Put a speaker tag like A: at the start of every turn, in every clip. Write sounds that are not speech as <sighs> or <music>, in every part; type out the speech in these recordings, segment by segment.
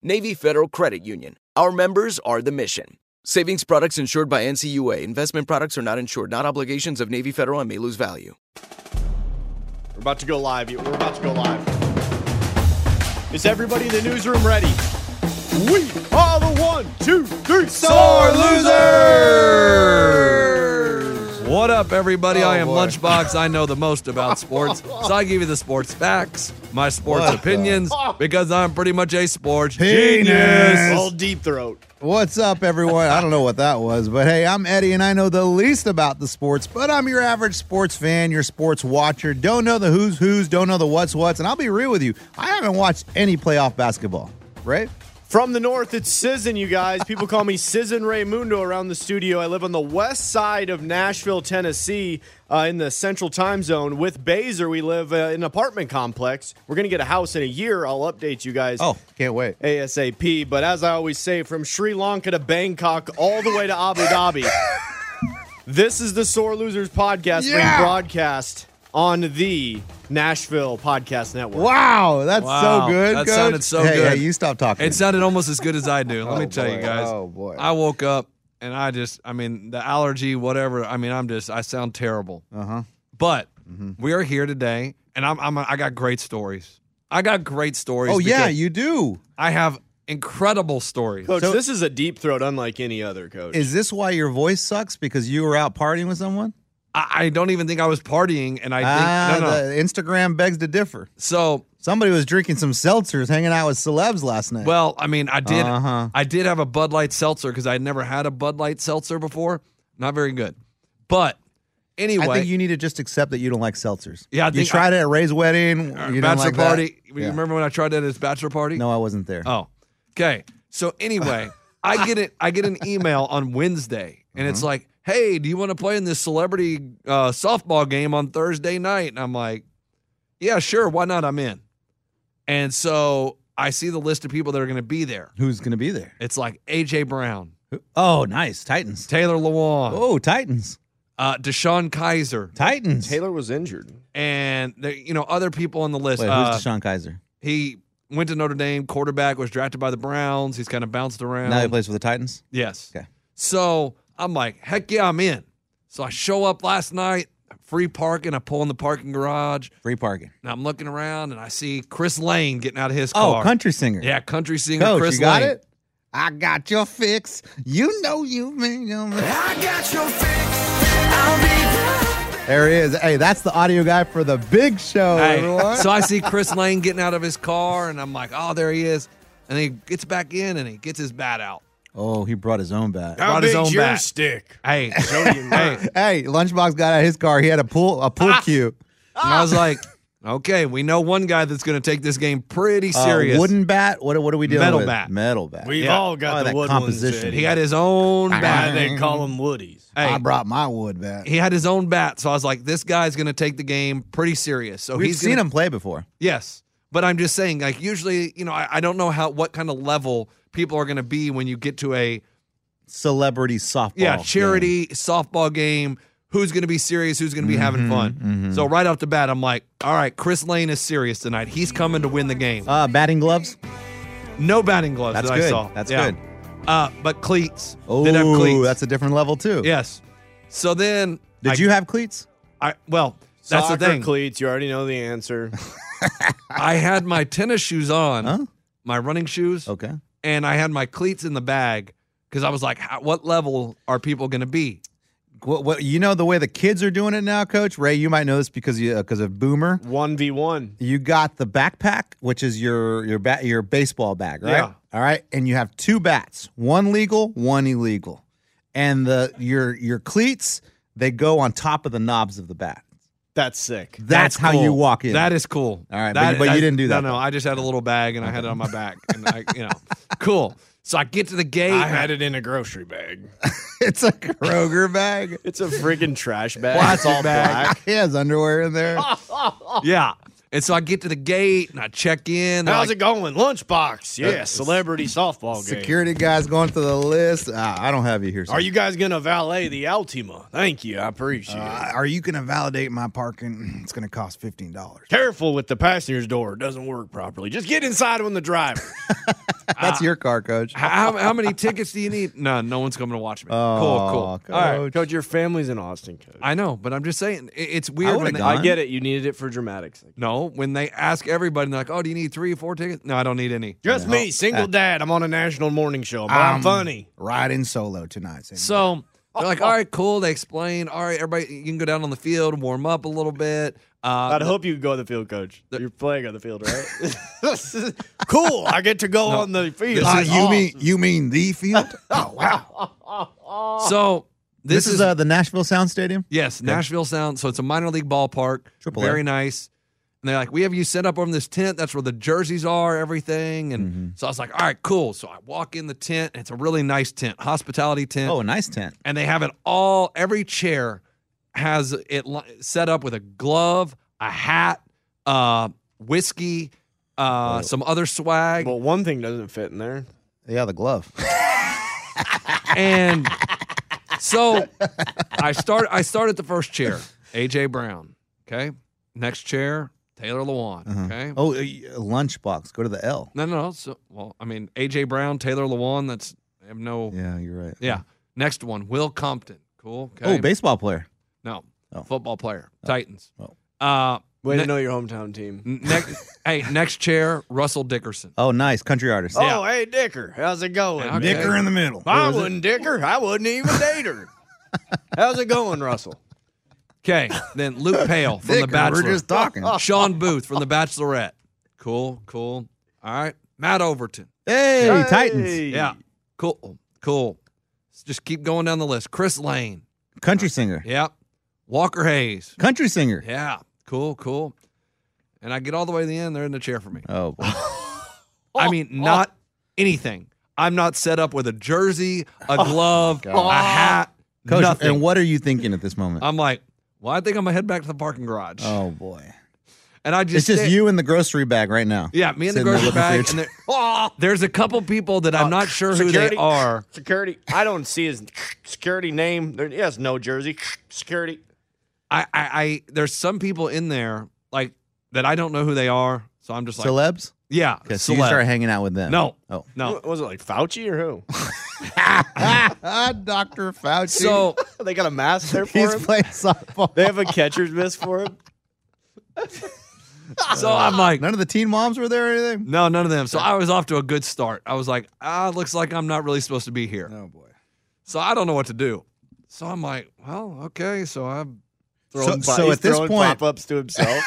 A: Navy Federal Credit Union. Our members are the mission. Savings products insured by NCUA. Investment products are not insured, not obligations of Navy Federal and may lose value.
B: We're about to go live. We're about to go live. Is everybody in the newsroom ready? We are the one, two, three star losers.
C: What up, everybody?
D: Oh,
C: I am
B: boy.
C: Lunchbox. I know the most
D: <laughs>
C: about sports, so I give you the sports facts, my sports opinions, because I'm pretty much a sports genius.
B: All deep throat.
D: What's up, everyone? I don't know what that was, but hey, I'm Eddie, and I know the least about the sports, but I'm your average sports fan, your sports watcher. Don't know the who's who's, don't know the what's what's, and I'll be real with you. I haven't watched any playoff basketball, right?
B: From the north, it's Sizzin, you guys. People call me Sizzin Raymundo around the studio. I live on the west side of Nashville, Tennessee, uh, in the central time zone. With Baser, we live uh, in an apartment complex. We're going to get a house in a year. I'll update you guys.
D: Oh, can't wait.
B: ASAP. But as I always say, from Sri Lanka to Bangkok, all the way to Abu Dhabi. this is the Sore Losers podcast being broadcast on the Nashville Podcast Network.
D: Wow, that's
C: Wow,
D: so good.
C: that
D: Coach.
C: sounded so
D: hey,
C: good.
D: Hey, you stop talking.
C: It sounded almost as good as I do. Let me tell you
D: boy.
C: guys.
D: <laughs> Oh, boy.
C: I woke up and I just, I mean, the allergy, whatever. I mean, I'm just, I sound terrible. Uh
D: Uh-huh.
C: huh. But
D: Mm-hmm.
C: we are here today, and I'm, I'm, I got great stories. I got great stories.
D: oh yeah,
C: because
D: you do.
C: I have incredible stories.
B: Coach, this is a deep throat unlike any other, Coach.
D: Is this why your voice sucks because you were out partying with someone?
C: I, I don't even think I was partying, and I think
D: ah,
C: no, no.
D: the Instagram begs to differ.
C: so
D: Somebody was drinking some seltzers, hanging out with celebs last night.
C: Well, I mean, I did.
D: Uh-huh.
C: I did have a Bud Light seltzer because I had never had a Bud Light seltzer before. Not very good, but anyway,
D: I think you need to just accept that you don't like seltzers.
C: Yeah, I
D: you
C: think
D: tried it at Ray's wedding. You don't
C: bachelor
D: like that.
C: party. You
D: Yeah.
C: Remember when I tried that at his bachelor party?
D: No, I wasn't there.
C: Oh, okay. So
D: <laughs>
C: anyway, I get it. I get an email on Wednesday, and
D: Mm-hmm.
C: it's like, "Hey, do you want to play in this celebrity uh, softball game on Thursday night?" And I'm like, "Yeah, sure. Why not? I'm in." And so I see the list of people that are going to be there.
D: Who's gonna be there?
C: It's like AJ Brown,
D: Oh, nice Titans.
C: Taylor Lewan,
D: Oh, Titans.
C: uh, Deshaun Kaiser,
D: Titans.
B: Taylor was injured.
C: and the, you know other people on the list.
D: Wait, who's
C: Uh,
D: Deshaun Kaiser?
C: he went to Notre Dame, quarterback, was drafted by the Browns. He's kind of bounced around.
D: Now he plays for the Titans.
C: yes.
D: Okay.
C: So I'm like, heck yeah, I'm in. So I show up last night, free parking. I pull in the parking garage,
D: Free parking.
C: and I'm looking around, and I see Chris Lane getting out of his
D: Oh,
C: car.
D: country singer.
C: Yeah, country singer
D: Coach,
C: Chris
D: you got
C: Lane.
D: it. I got your fix. You know you mean. You mean. There he is. Hey, that's the audio guy for the big show,
C: Hey,
D: everyone.
C: so I see Chris Lane getting out of his car, and I'm like, oh, there he is. And he gets back in, and he gets his bat out.
D: oh, he brought his own bat.
C: Brought his own bat.
B: stick?
C: Hey, hey,
D: Hey, Lunchbox got out of his car. He had a pool a
C: Ah,
D: pool cue.
C: And I was like, okay, we know one guy that's going to take this game pretty
D: Uh,
C: serious.
D: wooden bat. What, what are we dealing
C: Metal
D: with?
C: bat.
D: Metal bat.
B: We've
C: Yeah.
B: all
D: Oh,
B: got the
D: that
B: wood
D: composition.
C: he had his own bat.
B: they call them woodies.
C: Hey,
D: I brought my wood bat.
C: he had his own bat. So I was like, this guy's going to take the game pretty serious. So
D: We've
C: he's
D: seen
C: gonna-
D: him play before.
C: Yes. But I'm just saying, like, usually, you know, I, I don't know how what kind of level people are going to be when you get to a
D: Celebrity softball.
C: yeah
D: game.
C: charity softball game. Who's going to be serious? Who's going
D: Mm-hmm,
C: to be having fun? So right off the bat, I'm like, all right, Chris Lane is serious tonight. He's coming to win the game.
D: Uh, batting gloves.
C: no batting gloves
D: That's
C: that I
D: good.
C: saw.
D: That's
C: Yeah.
D: good.
C: Uh, but cleats. Did have
D: Oh,
C: cleats.
D: that's a different level too.
C: yes. So then
D: Did
C: I-
D: you have cleats?
C: I well, that's
B: Soccer
C: the thing.
B: cleats. You already know the answer.
C: I had my tennis shoes on,
D: Huh? Oh.
C: my running shoes,
D: Okay.
C: and I had my cleats in the bag because I was like, How, what level are people going to be?
D: What, what you know the way the kids are doing it now, Coach Ray. You might know this because you because of Boomer.
B: <laughs> One v one.
D: You got the backpack, which is your your bat your baseball bag, right?
C: Yeah.
D: All right, and you have two bats, one legal, one illegal, and the your your cleats they go on top of the knobs of the bat. <laughs>
B: That's sick.
D: That's, how you
C: cool.
D: walk in.
C: That is cool.
D: All right,
C: That-
D: but- but you didn't do that,
C: No, no,
D: though.
C: I just had a little bag and I had it on my back, and I, you know, cool. So I get to the gate.
B: I had it in a grocery bag.
D: it's a Kroger bag.
B: <laughs> It's a freaking trash bag.
C: Plastic
B: It's all
C: bag.
B: black.
D: <laughs> He has underwear in there.
C: yeah. And so I get to the gate and I check in. They're
B: How's
C: like,
B: it going? Lunchbox. Yeah, celebrity softball game.
D: Security guys going through the list. Ah, I don't have you here. sir.
B: Are you guys gonna valet the Altima? Thank you. I appreciate it.
D: <laughs> Uh, are you going to validate my parking? <clears throat> It's going to cost fifteen dollars.
B: <laughs> Careful with the passenger's door. It doesn't work properly. Just get inside when the <laughs> driver.
D: That's your car, coach.
C: how, how many tickets do you need? No, no one's coming to watch me. cool, cool.
D: Coach.
C: All right.
B: Coach, your family's in Austin, Coach.
C: I know, but I'm just saying it, it's weird.
D: would've
C: when they-
D: gone.
B: I get it. You needed it for dramatics.
C: No, when they ask everybody, and they're like, "Oh, do you need three, four tickets?" No, I don't need any.
B: Just me, single dad. I'm on a national morning show, but Uh, I'm,
D: Um,
B: funny.
D: Riding solo tonight. Sandy.
C: So <laughs> they're like, "All right, cool." They explain, "All right, everybody, you can go down on the field, warm up a little bit." Uh,
B: I'd hope you could go on the field, Coach. You're playing on the field, <laughs> right? cool. I get to go on the field.
D: Ah,
B: Ah,
D: you mean you mean
C: <laughs>
D: the field?
C: Oh, so this, is,
D: uh, the Nashville Sound Stadium.
C: yes, Nashville Sound. So it's a minor league ballpark,
D: Triple A.
C: very nice. And they're like, "We have you set up on this tent. That's where the jerseys are, everything." And
D: Mm-hmm.
C: so I was like, "All right, cool." So I walk in the tent, and it's a really nice tent, hospitality tent.
D: Oh, a nice tent.
C: and they have it all. Every chair has it li- set up with a glove, a hat, uh, whiskey, uh, some other swag,
B: But one thing doesn't fit in there.
D: Yeah, the <laughs> glove.
C: and so I start. I start at the first chair, AJ Brown. Okay, next chair, Taylor Lewan. Okay.
D: Oh, a lunchbox. Go to the L.
C: No, no, no. So, well, I mean, AJ Brown, Taylor Lewan. That's I have no. Yeah.
D: Yeah, you're right.
C: Next one, Will Compton. Cool. Okay.
D: Oh, baseball player.
C: no,
D: Oh.
C: football player, Titans.
D: Oh.
C: Uh,
B: Way
C: Ne-
B: to know your hometown team.
C: Next, <laughs> hey, next chair, Russell Dickerson.
D: Oh, nice country artist.
B: Oh, hey, Dicker. How's it
D: Oh,
B: going?
C: Okay.
D: Dicker in the middle.
B: I wouldn't Dicker. I wouldn't even date her. How's it going, Russell?
C: Okay, then Luke
D: <laughs>
C: Pale from The Bachelor. Oh,
D: We're just oh. talking.
C: Sean Booth from The Bachelorette. Cool, cool. All right, Matt Overton.
D: hey, Titans.
C: Yeah, cool, cool. Let's just keep going down the list. Chris Lane.
D: Country singer.
C: Yep. Walker Hayes.
D: Country singer.
C: Yeah, cool, cool. And I get all the way to the end. They're in the chair for me.
D: Oh, boy.
C: I mean, not anything. I'm not set up with a jersey, a glove, a hat,
D: coach.
C: nothing. Oh,
D: And what are you thinking at this moment?
C: I'm like, well, I think I'm gonna head back to the parking garage.
D: oh boy.
C: and I
D: It's
C: just
D: just
C: sta-
D: you in the grocery bag right now.
C: Yeah, me and the
D: Sitting there
C: grocery
D: looking
C: bag.
D: for your Oh.
C: And there-
D: <laughs>
C: there's a couple people that I'm not sure who
B: Uh,
C: they
B: security.
C: are.
B: Security. I don't see his security name. There, he has no jersey. Security.
C: I, I, I there's some people in there like that I don't know who they are. So I'm just like,
D: celebs.
C: yeah,
D: Okay, so you
C: celeb.
D: start hanging out with them.
C: No,
D: Oh.
C: no.
B: Was it like Fauci or who? <laughs>
D: <laughs> ah, Dr. Fauci.
C: So
B: they got a mask there for
D: he's
B: him.
D: playing softball. <laughs>
B: they have a catcher's miss for him.
C: so I'm
D: <laughs>
C: like,
D: None of the teen moms were there or anything?
C: no, none of them. So I was off to a good start. I was like, ah, looks like I'm not really supposed to be here.
D: Oh, boy.
C: So I don't know what to do. So I'm like, well, okay. So I'm
D: <laughs> So, so at this point,
B: pop ups to
C: <laughs>
B: himself.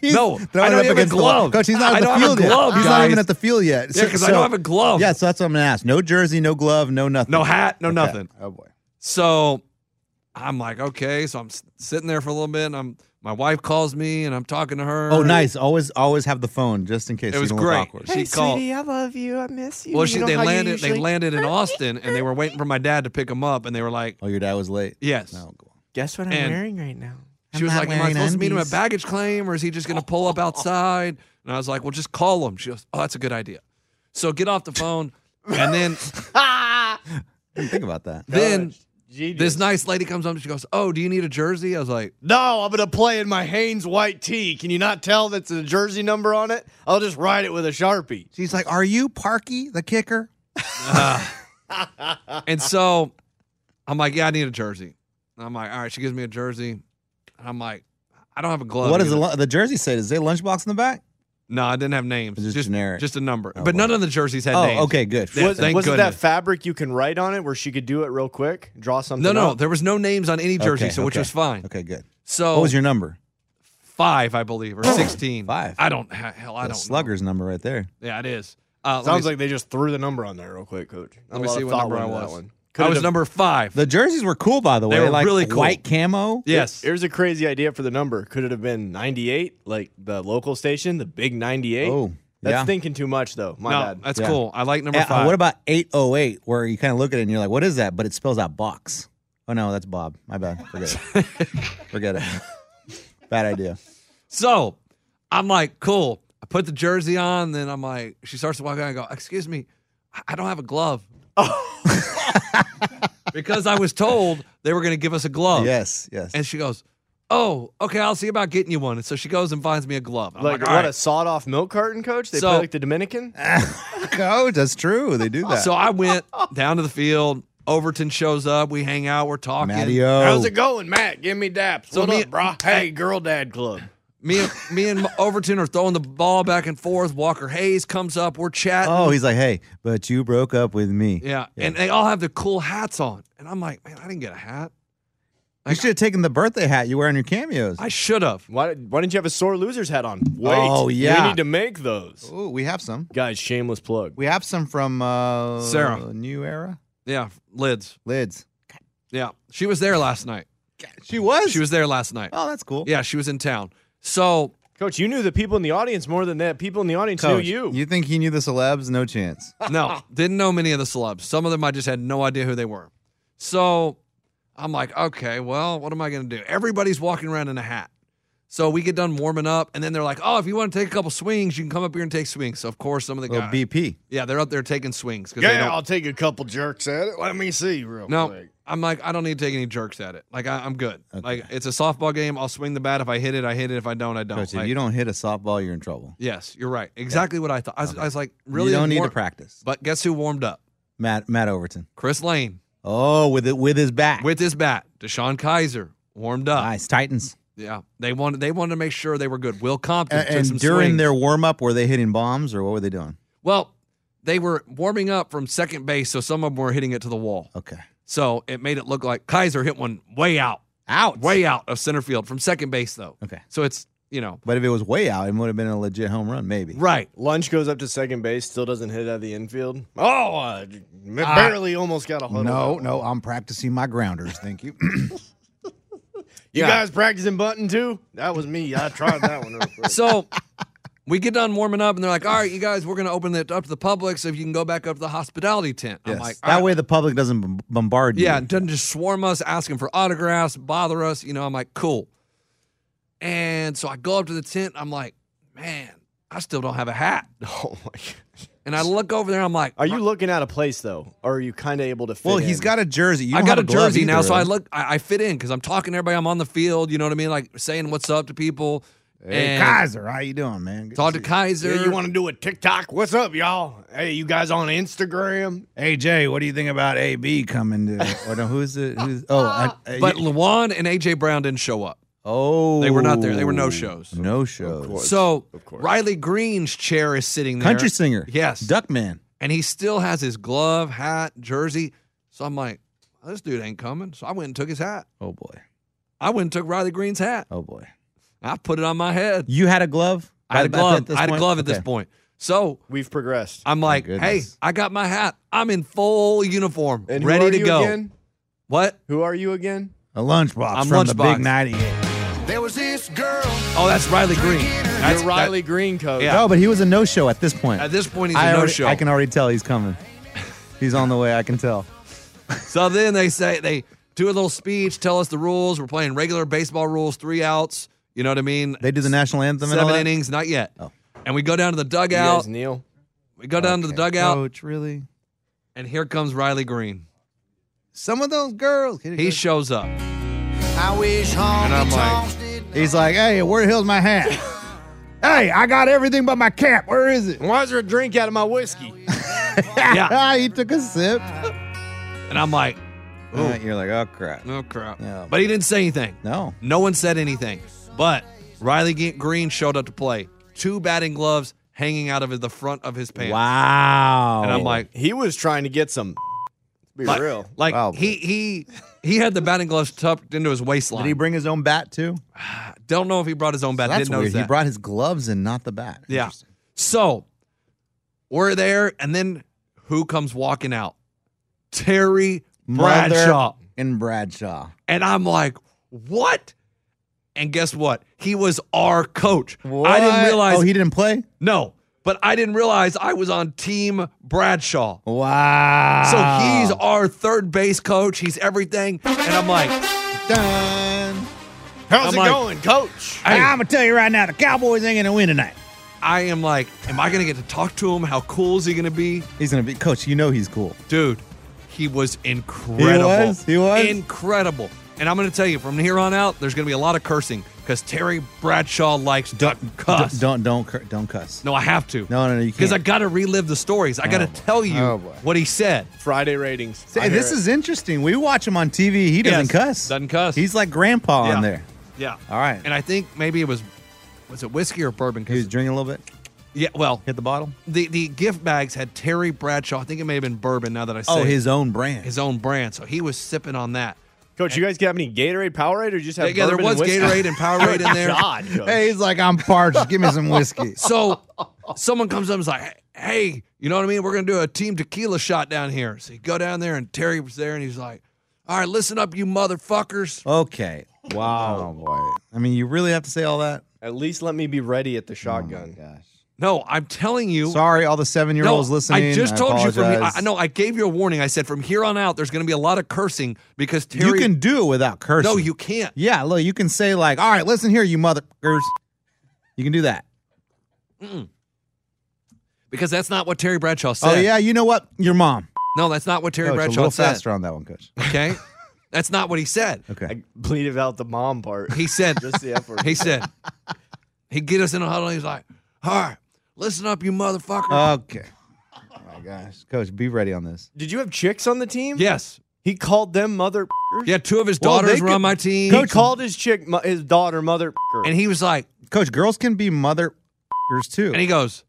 D: he's
C: No,
D: throwing
C: I don't
D: it
C: have
D: up
C: a
D: against the
C: glove.
D: wall. Coach, he's
C: I
D: not
C: don't
D: at the
C: have a
D: field
C: glove,
D: yet. He's not
C: guys.
D: even at the field yet.
C: yeah, because I don't have a glove.
D: Yeah, so that's what I'm going to ask. No jersey, no glove, no nothing.
C: no hat, no
D: Okay.
C: nothing.
D: Oh, boy.
C: So I'm like, okay. So I'm s- sitting there for a little bit. And I'm my wife calls me and I'm talking to her.
D: Oh, nice. Always always have the phone just in case.
C: It
D: you
C: was
D: don't look
C: great.
D: awkward.
C: She called.
B: I love you. I miss you.
C: well, she, they landed. They landed in Austin, and they were waiting for my dad to pick them up, and they were like,
D: Oh, your dad was late?
C: "Yes."
D: No, go on.
B: Guess what I'm
C: And-
B: wearing right now?
C: She was like, "Am I supposed to meet him at baggage claim, or is he just going to pull up outside?" And I was like, "Well, just call him." She goes, "Oh, that's a good idea." So get off the phone.
B: <laughs>
C: And then
D: Didn't think about that.
C: then
B: Genius.
C: this nice lady comes up and she goes, "Oh, do you need a jersey?" I was like,
B: No, I'm gonna play in my Hanes white tee. Can you not tell that's a jersey number on it? I'll just write it with a sharpie.
D: She's like, "Are you Parky the kicker?"
C: and so I'm like, "Yeah, I need a jersey." And I'm like, "All right." She gives me a jersey, and I'm like, "I don't have a glove."
D: what does
C: either.
D: the, lu- the jersey say? Does it say lunchbox in the back?
C: No, I didn't have names.
D: It's just generic.
C: Just a number.
D: Oh,
C: but
D: wow.
C: none of the jerseys had
D: Oh,
C: names.
D: okay, good.
C: Yeah,
B: was
C: thank
B: was it that
C: goodness.
B: fabric you can write on it where she could do it real quick? Draw something.
C: No, no,
B: up?
C: there was no names on any jersey,
D: Okay,
C: so which
D: okay.
C: was fine.
D: Okay, good.
C: So
D: What was your number?
C: five, I believe, or
B: Oh,
C: sixteen?
D: Five.
C: I don't. Hell, I
D: That
C: don't.
D: slugger's number right there.
C: Know. Yeah, it is. Uh, let me
B: Sounds
C: see.
B: like they just threw the number on there real quick, Coach.
C: Let
B: A
C: me
B: lot
C: see
B: of
C: what
B: thought
C: number
B: went
C: I
B: into that
C: was.
B: one.
C: I
B: Could've
C: was
B: done-
C: number five.
D: The jerseys were cool, by the way.
C: They were
D: like
C: really cool.
D: white camo.
C: yes.
B: Here's a crazy idea for the number. Could it have been 98, like the local station, the big 98?
D: Oh,
B: that's
D: yeah.
B: thinking too much, though. My
C: no,
B: bad. Eh,
C: that's
D: Yeah.
C: cool. I like number
D: Uh,
C: five.
D: what about 808, where you kind of look at it and you're like, what is that? But it spells out box. Oh, no, that's Bob. My bad. Forget
C: <laughs>
D: it. Forget it. <laughs> Bad idea.
C: so I'm like, cool. I put the jersey on, then I'm like, she starts to walk out. I go, excuse me, I- I don't have a glove.
B: Oh.
C: <laughs>
B: <laughs>
C: because I was told they were going to give us a glove.
D: Yes, yes.
C: Oh. And she goes, oh, okay, I'll see about getting you one. And so she goes and finds me a glove. I'm
B: like,
C: like,
B: what
C: all right.
B: a sawed off milk carton, Coach? They
C: So-
B: play like the Dominican?
D: <laughs> oh, that's true. They do that.
C: So I went down to the field. Overton shows up. We hang out. We're talking.
D: Matty-o.
B: How's it going, Matt? Give me daps.
C: Oh. So
B: what
C: me-
B: up, brah? Hey, girl dad club.
C: Me and me and <laughs> Overton are throwing the ball back and forth. Walker Hayes comes up. We're chatting.
D: Oh, he's like, hey, but you broke up with me.
C: yeah. And they all have the cool hats on. And I'm like, man, I didn't get a hat.
D: You should have taken the birthday hat you wear on your cameos.
C: I should have.
B: Why, why didn't you have a sore loser's hat on? Wait.
D: Oh, yeah.
B: We need to make those.
D: Oh, we have some.
B: Guys, shameless plug.
D: We have some from uh,
C: Sarah.
D: New Era
C: Yeah. Lids.
D: Lids.
C: Yeah. She was there last night.
D: She was.
C: She was there last night.
D: Oh, that's cool.
C: Yeah. She was in town. So
B: Coach, you knew the people in the audience more than that. People in the audience
D: Coach,
B: knew you.
D: You think he knew the celebs? No chance.
C: no, didn't know many of the celebs. Some of them I just had no idea who they were. So I'm like, okay, well, what am I going to do? Everybody's walking around in a hat. So we get done warming up, and then they're like, oh, if you want to take a couple swings, you can come up here and take swings. So, of course, some of the
D: Little
C: guys.
D: BP.
C: yeah, they're up there taking swings. 'cause they
B: yeah,
C: don't,
B: I'll take a couple jerks at it. Let me see real
C: no,
B: quick.
C: I'm like, I don't need to take any jerks at it. Like, I, I'm good. Like, it's a softball game. I'll swing the bat. If I hit it, I hit it. If I don't, I don't.
D: Coach, if
C: Like,
D: you don't hit a softball, you're in trouble.
C: Yes, you're right. Exactly what I thought. I was, I was like, really?
D: you don't need
C: warm-
D: to practice.
C: But guess who warmed up?
D: Matt Matt Overton.
C: Chris Lane.
D: Oh, with it with his back.
C: with his bat. Deshaun Kaiser warmed up.
D: nice Titans.
C: Yeah, they wanted they wanted to make sure they were good. Will Compton
D: And,
C: took some
D: and during
C: swings.
D: their warm up, were they hitting bombs or what were they doing?
C: well, they were warming up from second base, so some of them were hitting it to the wall.
D: Okay.
C: So it made it look like Kaiser hit one way out,
D: Out.
C: way out of center field from second base though.
D: Okay.
C: so it's you know
D: But if it was way out, it would have been a legit home run, maybe.
C: right.
B: Lunch goes up to second base, still doesn't hit out of the infield. Oh, uh, barely almost got a huddle.
D: No, no, I'm practicing my grounders. Thank you. <clears throat>
B: You
C: Yeah.
B: guys practicing bunting too? That was me. I tried that one. Real quick.
C: <laughs> <laughs> So. We get done warming up, and they're like, "All right, you guys, we're going to open it up to the public, so if you can go back up to the hospitality tent." I'm
D: Yes.
C: like, "All
D: that
C: right."
D: way the public doesn't b- bombard you.
C: Yeah, it doesn't just swarm us, asking for autographs, bother us. You know, I'm like, cool. And so I go up to the tent. I'm like, man, I still don't have a hat.
B: oh my gosh.
C: And I look over there. I'm like,
B: Are you looking out of place though, or are you kind of able to fit?
D: Well, he's
B: in?
D: got a jersey. You
C: I
D: don't
C: got a
D: have glove
C: jersey
D: either,
C: now, so I
D: right?
C: look, I, I fit in because I'm talking to everybody. I'm on the field. You know what I mean? Like saying what's up to people.
D: Hey,
C: and
D: Kaiser, how you doing, man? Good
C: Talk to
D: see you.
C: Kaiser.
B: Yeah, you want to do a TikTok? What's up, y'all? Hey, you guys on Instagram?
D: Hey Jay, what do you think about AB coming to? <laughs> or no, who's it? Who's oh, I, I-
C: Uh, but Lawan and AJ Brown didn't show up.
D: oh,
C: They were not there. They were no shows.
D: No shows.
C: So Riley Green's chair is sitting there.
D: Country singer,
C: Yes.
D: Duckman.
C: and he still has his glove, hat, jersey. So I'm like, this dude ain't coming. So I went and took his hat.
D: Oh boy,
C: I went and took Riley Green's hat.
D: oh boy.
C: I put it on my head.
D: You had a glove.
C: I had a
D: At- at
C: glove.
D: this
C: I had a
D: point?
C: glove at this
D: Okay.
C: point. So
B: We've progressed.
C: I'm like, hey,
D: goodness.
C: I got my hat. I'm in full uniform,
B: And who
C: ready
B: are
C: to
B: you
C: go.
B: Again?
C: What?
B: Who are you again?
D: A lunchbox
C: I'm
D: from the
C: lunchbox.
D: Big 98.
C: Oh, that's Riley Green. That's
B: You're Riley Green, coach.
C: Yeah.
D: No, but he was a no show at this point.
C: At this point, he's
D: I
C: a no
D: already-
C: show.
D: I can already tell
C: <laughs>
D: he's coming. He's on the way. I can tell.
C: So then they say they do a little speech, tell us the rules. We're playing regular baseball rules, three outs. You know what I mean?
D: They do the national anthem. and all
C: Seven
D: that?
C: innings, not yet.
D: Oh.
C: And we go down to the
B: You guys
C: dugout.
B: kneel.
C: We go down to the
D: Okay.
C: dugout.
D: Coach, really?
C: and here comes Riley Green.
D: Some of those girls.
C: He shows
D: <laughs>
C: up.
E: I wish home
C: I'm like-
D: He's like, hey, where the hell's
C: <laughs>
D: my hat? hey, I got everything but my cap. Where is it?
B: Why is there a drink out of my <laughs> whiskey?
C: Yeah.
D: <laughs> he took
C: <laughs>
D: a sip.
C: And I'm like,
D: Uh, you're like, oh crap.
C: oh crap.
D: Yeah.
C: But he didn't say anything.
D: No.
C: No one said anything. But Riley Ge- Green showed up to play. Two batting gloves hanging out of the front of his pants.
D: Wow.
C: And I'm like,
B: He was trying to get some. Be
C: like,
B: real.
C: like
D: Wow.
C: he he he had the batting gloves tucked into his waistline.
D: did he bring his own bat too?
C: Don't know if he brought his own bat.
D: That's
C: Didn't notice
D: weird. He
C: that.
D: brought his gloves and not the bat.
C: Yeah. So we're there, and then who comes walking out? Terry
D: Mother
C: Bradshaw.
D: and Bradshaw.
C: And I'm like, what? And guess what? He was our coach. I didn't
D: What?
C: realize.
D: Oh, he didn't play.
C: no, but I didn't realize I was on Team Bradshaw.
D: Wow.
C: So he's our third base coach. He's everything. And I'm like,
D: done.
B: How's
C: I'm
B: it
C: like-
B: going, coach?
C: hey,
D: I'm gonna tell you right now, the Cowboys ain't gonna win tonight.
C: I am like, am I going to get to talk to him? How cool is he going to be?
D: He's gonna be coach. You know he's cool.
C: dude, he was incredible.
D: He was? He was?
C: incredible. And I'm going to tell you, from here on out, there's going to be a lot of cursing because Terry Bradshaw likes duck cuss.
D: D- don't don't cur- don't cuss.
C: No, I have to.
D: No, no, no, you
C: Because I
D: can't.
C: got to relive the stories. I got to
D: boy.
C: tell you
D: Oh, boy.
C: what he said.
B: Friday ratings.
D: Say,
B: I hear
D: this
B: it.
D: is interesting. We watch him on TV. He doesn't
C: Yes,
D: cuss.
C: doesn't cuss.
D: He's like grandpa
C: Yeah.
D: on there.
C: Yeah.
D: All right.
C: And I think maybe it was was it whiskey or bourbon?
D: He was
C: 'Cause-
D: drinking a little bit.
C: yeah. Well,
D: Hit the bottle.
C: the the gift bags had Terry Bradshaw. I think it may have been bourbon. Now that I say
D: Oh,
C: it.
D: his own brand.
C: his own brand. So he was sipping on that.
B: coach. You guys got any Gatorade, Powerade, or you just have
C: Yeah, there
B: bourbon and
C: was
B: whiskey?
C: Gatorade and Powerade
B: <laughs>
D: <laughs>
C: in there.
B: God, coach.
D: hey, he's like, I'm parched. Give me some
C: <laughs>
D: whiskey.
C: So someone comes up and is like, hey, you know what I mean? We're going to do a team tequila shot down here. So you go down there, and Terry was there, and he's like, all right, listen up, you motherfuckers.
D: Okay. Wow. Oh boy. I mean, you really have to say all that.
B: At least let me be ready at the shotgun.
D: Gosh.
C: No, I'm telling you.
D: Sorry, all the seven year
C: No,
D: olds listening.
C: I just told you from here. I
D: apologize.
C: I know I gave you a warning. I said from here on out, there's going to be a lot of cursing because Terry.
D: You can do it without cursing.
C: No, you can't.
D: Yeah, look, you can say like, "All right, listen here, you motherfuckers." You can do that.
C: Because that's not what Terry Bradshaw said.
D: Oh yeah, you know what? Your mom.
C: No, that's not what Terry
D: Coach, a
C: Bradshaw
D: little
C: said.
D: faster on that one, coach. <laughs>
C: Okay. that's not what he said.
D: Okay.
B: I bleeded out the mom <laughs> part.
C: He said,
B: Just the F word.
C: he said, he'd get us in a huddle. And he's like, all right, listen up, you motherfuckers.
D: okay. Oh my gosh, coach, be ready on this.
B: Did you have chicks on the team?
C: yes.
B: He called them mother.
C: Yeah, two of his
B: Well,
C: daughters
B: they
C: were on
B: could-
C: my
B: <laughs>
C: team.
B: He called his chick, mo- his daughter, mother. <laughs>
C: and he was like,
D: Coach, girls can be motherfuckers too.
C: and he goes,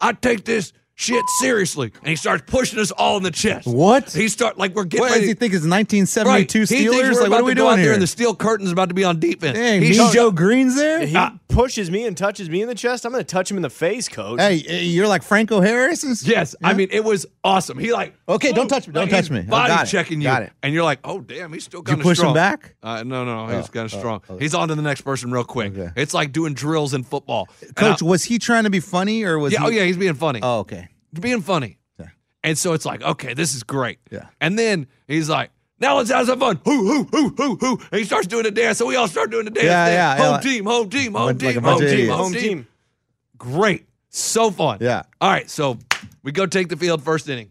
C: I take this shit seriously. And he starts pushing us all in the chest.
D: What?
C: He start like we're getting
D: what does
C: ready.
D: he think? It's 1972
C: right. He thinks we're
D: Steelers? Like,
C: about
D: what are
C: to
D: we
C: go out
D: doing
C: there
D: here?
C: and the steel curtain's about to be on defense.
D: Dang,
C: He
D: me
C: showed-
D: Joe Green's there. Uh,
B: he pushes me and touches me in the chest. I'm going to touch him in the face, coach.
D: hey, hey, you're like Franco Harris.
C: Yes, I mean it was awesome. He like
D: Okay, don't
C: ooh,
D: touch me, don't
C: like,
D: touch
C: he's
D: me. I
C: Body
D: got it,
C: checking you,
D: got it.
C: and you're like, oh damn, he's still
D: you
C: kind of
D: push him
C: strong.
D: back? Oh,
C: Uh, no, no, he's kind of strong. He's on to the next person real quick.
D: Okay.
C: It's like doing drills in football. And
D: coach,
C: I-
D: was he trying to be funny or was?
C: yeah,
D: he,
C: oh yeah, he's being funny.
D: Oh okay.
C: being funny.
D: Yeah.
C: And so it's like, okay, this is great.
D: Yeah.
C: And then he's like, now let's have some fun. Hoo, hoo, hoo, hoo, hoo. And he starts doing the dance. So we all start doing the dance.
D: Yeah,
C: dance.
D: yeah,
C: home
D: yeah.
C: team, home team, home
D: Like a
C: team,
D: bunch
C: home
D: of
C: team,
D: idiots.
C: home
B: Home
C: team.
B: team.
C: Great. So fun.
D: Yeah.
C: All right. So we go take the field first inning.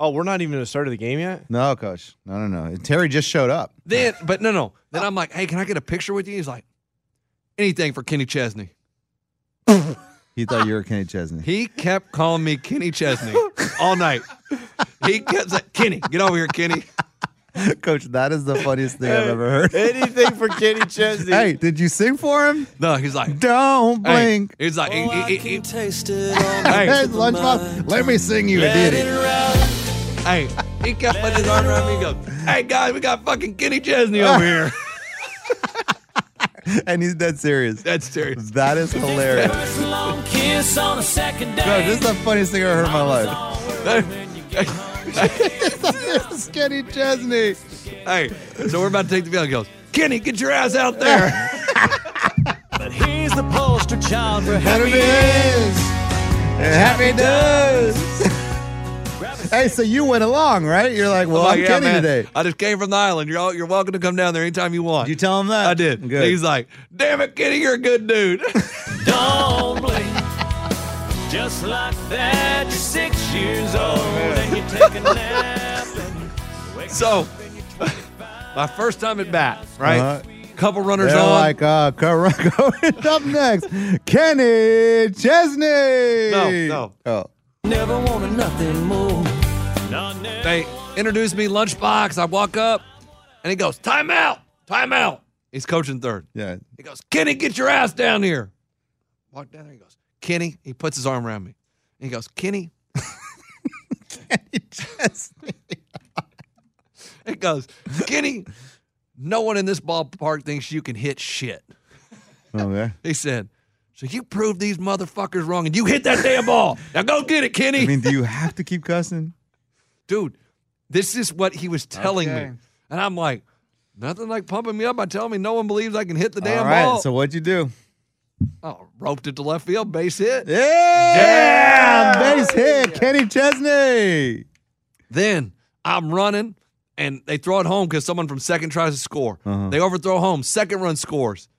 B: Oh, we're not even at the start of the game yet?
D: No, coach. No, no, no. Terry just showed up.
C: Then, but no, no. Then I'm like, hey, can I get a picture with you? He's like, anything for Kenny Chesney.
D: He thought you were Kenny Chesney.
C: He kept calling me Kenny
D: <laughs>
C: Chesney all night. He kept saying, Kenny, get over here, Kenny.
D: <laughs> Coach, that is the funniest thing I've ever
B: <laughs>
D: heard.
B: Anything for <laughs> Kenny Chesney.
D: Hey, did you sing for him?
C: No, he's like,
D: Don't
C: hey.
D: blink.
C: He's like, he- he- he- he-
D: <laughs> Hey, lunchbox. Let me sing you a ditty.
C: Hey, he kept putting his arm around me and goes, Hey guys, we got fucking Kenny Chesney over
D: <laughs>
C: here.
D: And he's dead serious.
C: That's serious. <laughs>
D: That is hilarious. Coach, this is the funniest thing I've ever heard in my life. <laughs> this is Kenny Chesney.
C: hey, so we're about to take the field. He goes, Kenny, get your ass out there.
D: Happy is. And happy does. hey, so you went along, right? You're like, <laughs> well,
C: I'm like,
D: I'm
C: Oh, "Yeah,
D: Kenny
C: man,
D: today.
C: I just came from the island. You're all, you're welcome to come down there anytime you want.
D: You tell him that?
C: I did.
D: Good.
C: He's like, damn it, Kenny, you're a good dude. <laughs>
F: Don't blink. Just like that, you're six years old and you take a nap. And you wake
C: So, my first time at bat, right?
D: Uh-huh.
C: Couple runners
D: They're
C: on.
D: like, uh, cor- <laughs> going up next, Kenny Chesney.
C: No, no.
D: Oh.
F: never wanted nothing more.
C: they introduce me lunchbox. I walk up, and he goes, "Timeout! Timeout!" He's coaching third.
D: Yeah. <laughs>
C: He goes, Kenny, get your ass down here. Walk down there. He goes, Kenny. He puts his arm around me. And he goes, Kenny. <laughs> It goes, Kenny, no one in this ballpark thinks you can hit shit.
D: Okay.
C: He said, So you proved these motherfuckers wrong and you hit that damn ball. Now go get it, Kenny.
D: I mean, do you have to keep cussing?
C: Dude, this is what he was telling
D: Okay.
C: me. And I'm like, Nothing like pumping me up by telling me no one believes I can hit the
D: All
C: damn
D: right.
C: ball.
D: So what'd you do?
C: oh, roped it to left field, base hit.
D: Yeah. Base hit, Kenny Chesney.
C: Then I'm running, and they throw it home because someone from second tries to score.
D: Uh-huh.
C: They overthrow home, second run scores,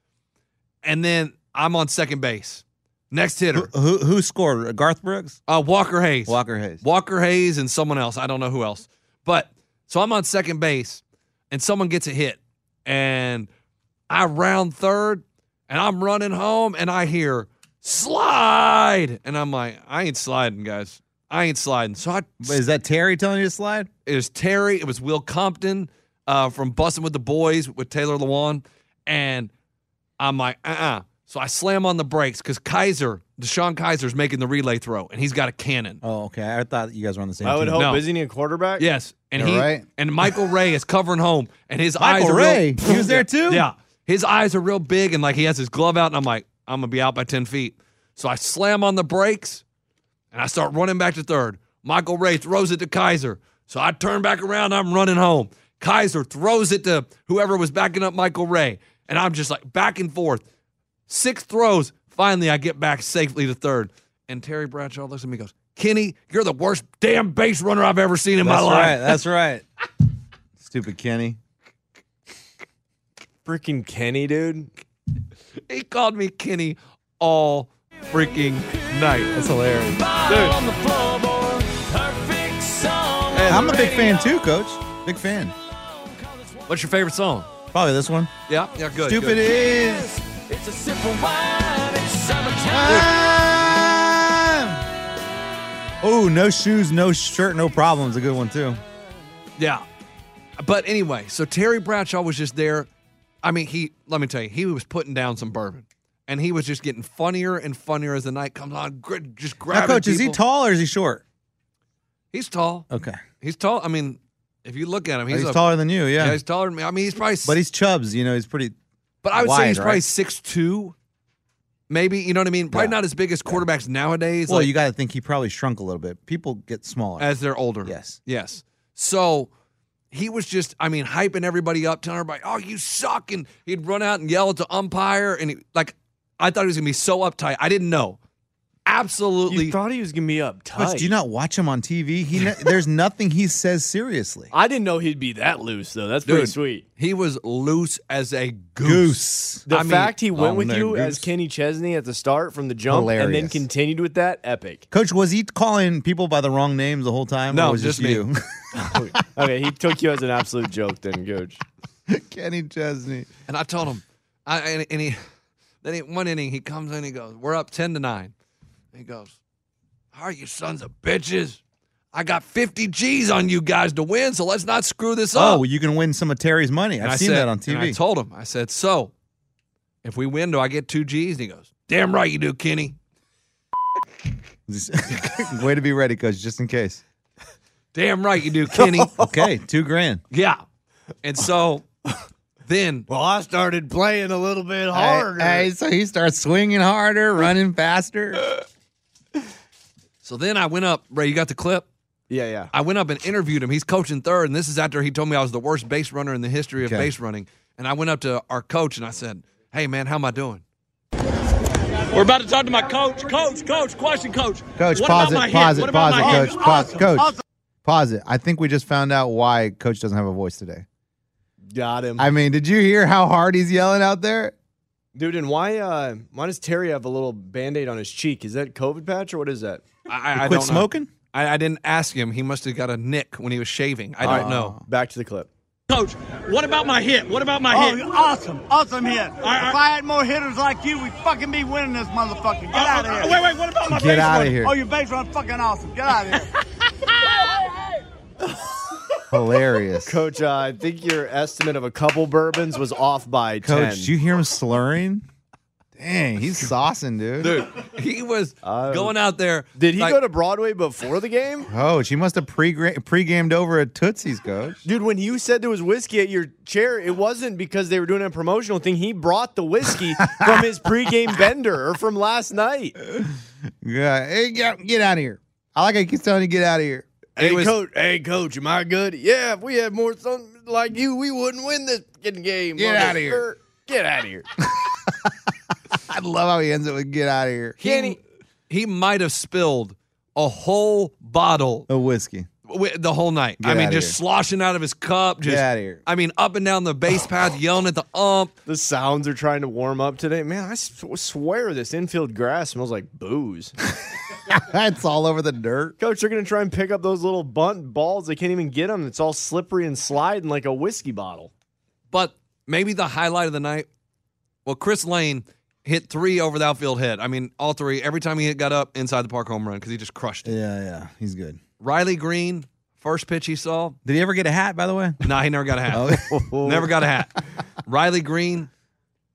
C: and then I'm on second base. Next
D: <laughs>
C: hitter,
D: Who who scored? Garth Brooks.
C: uh, Walker Hayes.
D: Walker Hayes.
C: Walker Hayes and someone else. I don't know who else. But so I'm on second base, and someone gets a hit, and I round third, and I'm running home, and I hear slide, and I'm like, I ain't sliding, guys. I ain't sliding. So I
D: Is that Terry telling you to slide?
C: it was Terry. It was Will Compton uh, from Bustin' with the Boys with Taylor Lewan. And I'm like, uh uh So I slam on the brakes because Kaiser, Deshaun Kaiser's making the relay throw and he's got a cannon.
D: Oh, okay. I thought you guys were on the same.
B: I would
D: team.
B: hope.
C: No.
B: Isn't he a quarterback?
C: Yes. And
D: You're
C: he
D: right.
C: and Michael Ray is covering home and his eyes are
D: Michael Ray?
C: real,
D: He was there
C: <laughs>
D: too?
C: Yeah. His eyes are real big and like he has his glove out and I'm like, I'm gonna be out by 10 feet. So I slam on the brakes and I start running back to third. Michael Ray throws it to Kaiser. So I turn back around, I'm running home. Kaiser throws it to whoever was backing up Michael Ray. And I'm just like back and forth. Six throws. Finally, I get back safely to third. And Terry Bradshaw looks at me and goes, Kenny, you're the worst damn base runner I've ever seen in my
D: That's
C: life.
D: right. That's right. <laughs> Stupid Kenny.
B: Freaking Kenny, dude.
C: He called me Kenny all freaking night. That's hilarious.
F: Ball on the floorboard, perfect song.
D: I'm a big fan too, Coach. Big fan.
C: What's your favorite song?
D: Probably this one.
C: Yeah, yeah, good.
D: Stupid
C: good.
D: is
F: It's a sip of wine, it's summertime.
D: time. Oh, no shoes, no shirt, no problems. A good one too.
C: Yeah. But anyway, so Terry Bradshaw was just there. I mean, he let me tell you, he was putting down some bourbon. And he was just getting funnier and funnier as the night comes on. Gr- Just
D: Now,
C: grabbing
D: Coach, is he
C: people.
D: tall or is he short?
C: He's tall.
D: Okay,
C: He's tall. I mean, if you look at him, he's,
D: he's,
C: a-
D: taller than you. Yeah,
C: Yeah, he's taller than me. I mean, he's probably.
D: but he's chubs. You know, he's pretty.
C: But I would say
D: wide,
C: he's probably
D: right?
C: six two, maybe. You know what I mean? Probably not as big as quarterbacks nowadays.
D: well,
C: like-
D: you got to think he probably shrunk a little bit. People get smaller.
C: As they're older.
D: Yes.
C: Yes. So he was just, I mean, hyping everybody up, telling everybody, oh, you suck. And he'd run out and yell at the umpire. And he, like, I thought he was going to be so uptight. I didn't know. Absolutely.
B: You thought he was gonna be uptight.
D: Coach, do you not watch him on TV? He
C: <laughs>
D: ne- there's nothing he says seriously.
C: Uh,
B: I didn't know he'd be that loose though. That's pretty
C: Dude,
B: sweet.
C: He was loose as a goose.
D: Goose.
B: The
C: I mean,
B: fact he went
D: long
B: with
D: leg
B: you
D: goose.
B: as Kenny Chesney at the start from the jump, and then
D: Hilarious.
B: continued with that epic.
D: Coach, was he calling people by the wrong names the whole time?
C: No,
D: or was
C: just
D: just
C: me.
D: you. <laughs>
B: okay, he took you as an absolute joke, then, <laughs> Coach.
D: Kenny Chesney.
C: And I told him, I, and, and he, then he, one inning, he comes in, he goes, We're up 10 to 9. He goes, How are you sons of bitches? I got 50 G's on you guys to win, so let's not screw this
D: Oh,
C: up.
D: well, you can win some of Terry's money. I've
C: And I
D: seen
C: said-
D: that on
C: and I
D: TV.
C: told him, I said, so if we win, do I get two G's? And he goes, damn right you do, Kenny.
D: <laughs> Way to be ready, Coach, just
C: <laughs>
D: in case.
C: Damn right you do, Kenny.
D: <laughs> Okay, two grand.
C: yeah. And so then
E: Well, I started playing a little bit harder.
D: Hey, hey, so he starts swinging harder, running faster.
C: so then I went up, Ray, you got the clip?
B: Yeah, yeah.
C: I went up and interviewed him. He's coaching third, and this is after he told me I was the worst base runner in the history of
D: Okay.
C: base running. And I went up to our coach and I said, Hey man, how am I doing?
F: We're about to talk to my coach. Coach, coach, question, coach.
D: Coach,
F: What
D: pause
F: about my
D: it,
F: hit?
D: pause
F: What
D: it,
F: about
D: pause it,
F: my hit?
D: Coach. Pause, Coach. Pause it. I think we just found out why Coach doesn't have a voice today.
B: Got him.
D: I mean, did you hear how hard he's yelling out there?
B: Dude, and why uh why does Terry have a little band-aid on his cheek? Is that COVID patch or what is that?
C: I, I, I
D: Quit
C: don't know.
D: smoking?
C: I, I didn't ask him. He must have got a nick when he was shaving. I don't know.
B: Back to the clip.
F: Coach, what about my hit? What about my hit?
E: Oh, awesome, awesome hit.
F: I-
E: if I had more hitters like you, we'd fucking be winning this motherfucker. Get
F: Uh,
E: out
F: uh,
E: of here.
F: Wait, wait, what about my
D: Get
F: base
D: out of
F: runner?
D: here.
E: Oh, your base run's fucking awesome. Get out of here.
D: Hilarious. <laughs> Coach,
B: Coach, uh, I think your estimate of a couple bourbons was off by 10.
D: did you hear him slurring? Dang, <laughs> he's saucing, dude.
C: Dude, <laughs> he was going out there.
B: Did he
C: like-
B: go to Broadway before the game?
D: Coach, he must have pre pre-gamed over at Tootsie's, coach.
B: Dude, when you said there was whiskey at your chair, it wasn't because they were doing a promotional thing. He brought the <laughs> whiskey from his pregame bender or from last night.
D: Yeah, hey, get, get out of here. I like how he keeps telling you get out of here.
C: It was-
B: coach, hey coach, am I good? Yeah, if we had more something like you, we wouldn't win this fucking game.
D: Get outta here.
B: motherfucker. Get out of here.
D: I love how he ends it with get out of here.
C: he, he might have spilled a whole bottle
D: A whiskey.
C: wi- the whole night. I
D: Get
C: mean,
D: outta
C: just
D: here.
C: sloshing out of his cup. Just,
D: Get outta here.
C: I mean, up and down the base path, yelling at the ump.
B: the sounds are trying to warm up today. Man, I s- swear this infield grass smells like booze.
D: <laughs> That's all over the dirt.
B: Coach, they're going to try and pick up those little bunt balls. They can't even get them. It's all slippery and sliding like a whiskey
D: <laughs>
B: bottle.
C: But maybe the highlight of the night, well, Chris Lane hit three over the outfield head. I mean, all three. Every time he hit- got up inside the park home run because he just crushed it.
D: Yeah, yeah. He's good.
C: Riley Green, first pitch he saw.
D: Did he ever get a hat, by the way?
C: No, he never got a
D: Oh,
C: hat.
D: <laughs>
C: never got a hat. Riley Green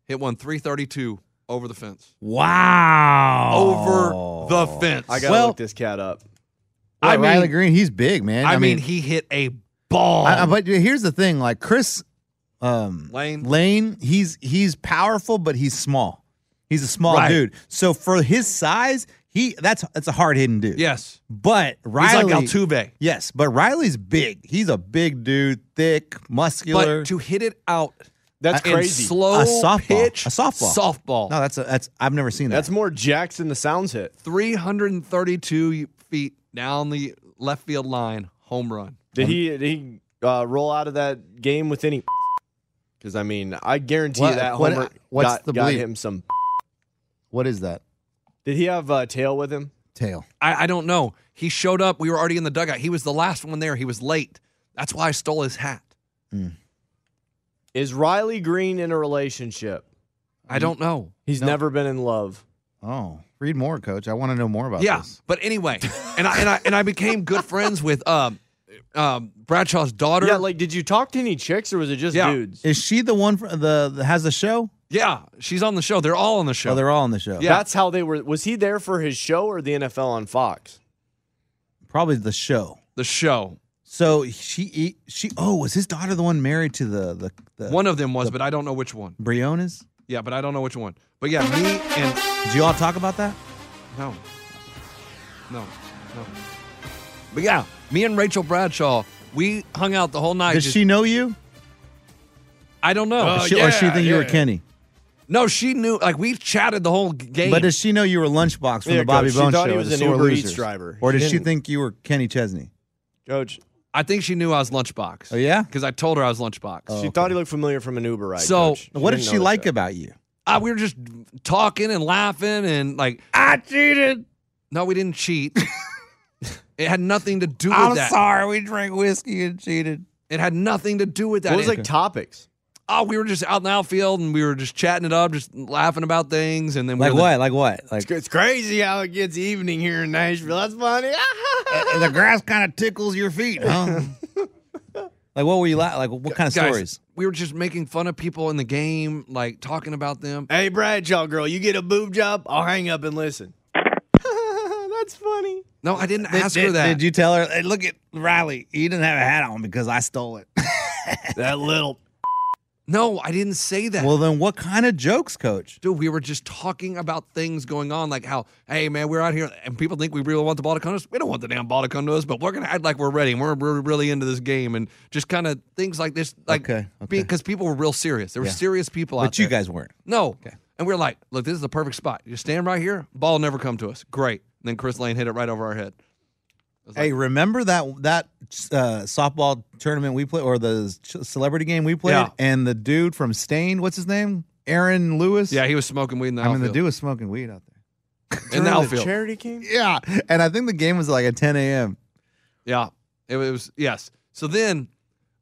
C: hit one 332 over the fence.
D: Wow.
C: Over the fence.
B: I got to
D: Well-
B: look this cat up.
D: I
C: I mean-
D: Riley Green, he's big, man.
C: I, mean, he hit a ball.
D: I- I- but here's the thing, like Chris um,
C: Lane.
D: Lane, he's he's powerful, but he's small. He's a small
C: Right.
D: dude. So for his size, he that's that's a hard hitting dude.
C: yes.
D: But
C: He's
D: Riley,
C: like Altuve.
D: yes, but Riley's big. He's a big dude, thick, muscular.
C: But to hit it out
B: That's
C: in
B: crazy.
C: slow
D: A softball.
C: pitch,
D: A softball.
C: softball,
D: no, that's a, that's I've never seen that.
B: That's more jacks than the sounds hit.
C: 332 feet down the left field line, home run.
D: Um,
B: Did he did he uh, roll out of that game with any? <laughs> Because I mean, I guarantee
D: What-
B: that
D: what-
B: homer
D: what's
B: got,
D: the
B: got
D: belief?
B: him some. <laughs>
D: what is that
B: Did he have uh, tail with him?
D: tail?
C: I, I don't know. He showed up. We were already in the dugout. He was the last one there. He was late. That's why I stole his hat.
B: Is Riley Green in a relationship?
C: I don't know.
B: He's never been in love.
D: Oh, read more, Coach. I want to know more about
C: Yeah,
D: this.
C: but anyway, and I and I and I became good friends with um, um, Bradshaw's daughter.
B: Yeah, like did you talk to any chicks or was it just
C: Yeah.
B: dudes?
D: Is she the one fr the, the has the show?
C: yeah, she's on the show. They're all on the show.
D: Oh, they're all on the show.
C: Yeah.
B: That's how they were. Was he there for his show or the NFL on Fox?
D: probably the show.
C: the show.
D: So she she oh was his daughter the one married to the the, the
C: One of them was, but I don't know which one.
D: Briones?
C: Yeah, but I don't know which one. But yeah, me and
D: Did you all talk about that?
C: No. No. No. But yeah, me and Rachel Bradshaw, we hung out the whole night.
D: Did
C: just- Uh,
D: she know you?
C: I don't know.
D: Or she- or she think you were Kenny?
C: no, she knew. Like we chatted the whole g- game.
D: But does she know you were Lunchbox from
B: Yeah,
D: the Bobby
B: Coach, she
D: Bones
B: thought
D: show?
B: he
D: or
B: was
D: the
B: an
D: Sore
B: Uber Eats
D: Losers?
B: driver.
D: Or
B: She
D: did she
B: didn't-
D: think you were Kenny Chesney?
B: Coach,
C: I think she knew I was lunchbox.
D: Oh, yeah? Oh.
C: because I told her I was lunchbox.
B: she thought he looked familiar from an Uber ride.
C: So,
B: Coach.
D: What did
B: Oh, didn't
D: she
B: notice
D: like
B: that.
D: about you?
C: I, ah, we were just talking and laughing and like I cheated. No, we didn't
D: <laughs>
C: cheat. it had nothing to do with that.
D: sorry, we drank whiskey and cheated.
C: It had nothing to do with that.
B: What was
C: It-
B: like topics?
C: oh, we were just out in the outfield and we were just chatting it up, just laughing about things, and then we
D: Like
C: were the-
D: what? Like what? Like
E: It's crazy how it gets evening here in Nashville. That's
B: <laughs>
E: funny.
D: "Uh, the grass kind of tickles your feet, huh? <laughs> like what were you la- like? What kind of
C: Guys,
D: stories?
C: We were just making fun of people in the game, like talking about them.
E: hey, Bradshaw girl, you get a boob job? I'll hang up and listen.
B: <laughs> That's funny.
C: No, I didn't ask her that.
D: Did you tell her? Hey, look at Riley. He didn't have a hat on because I stole it.
E: That little.
C: no, I didn't say that.
D: well, then what kind of jokes, Coach?
C: Dude, we were just talking about things going on, like how, hey man, we're out here and people think we really want the ball to come to us. We don't want the damn ball to come to us, but we're gonna act like we're ready and we're, we're really into this game and just kind of things like this, like
D: Okay, okay.
C: because people were real serious. There were serious people out
D: But you
C: there.
D: guys weren't.
C: no, and we are like, look, this is the perfect spot. You stand right here, ball will never come to us. Great. And then Chris Lane hit it right over our head.
D: Hey, remember that that uh, softball tournament we played, or the ch- celebrity game we played,
C: Yeah.
D: and the dude from Stain, what's his name? Aaron Lewis.
C: Yeah, he was smoking weed in the
D: I mean, the
C: outfield.
D: dude was smoking weed out there.
C: in the outfield.
B: charity game.
D: Yeah. And I think the game was like at 10 a.m.
C: Yeah, it was. Yes. So then,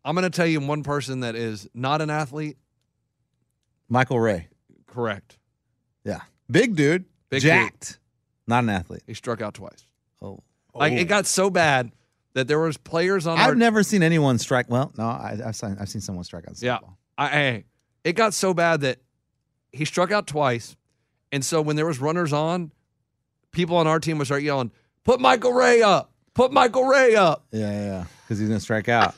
C: I'm going to tell you one person that is not an athlete.
D: Michael Ray.
C: Correct.
D: Yeah. Big dude.
C: Big
D: jacked. Not an athlete.
C: He struck out twice.
D: Oh.
C: Like it got so bad that there was players on our
D: I've never seen anyone strike. Well, no, I, I've seen I've seen someone strike out.
C: Yeah. I, hey, it got so bad that he struck out twice, and so when there was runners on, people on our team would start yelling, "Put Michael Ray up! Put Michael Ray up!"
D: yeah, yeah, yeah. Because he's gonna strike out.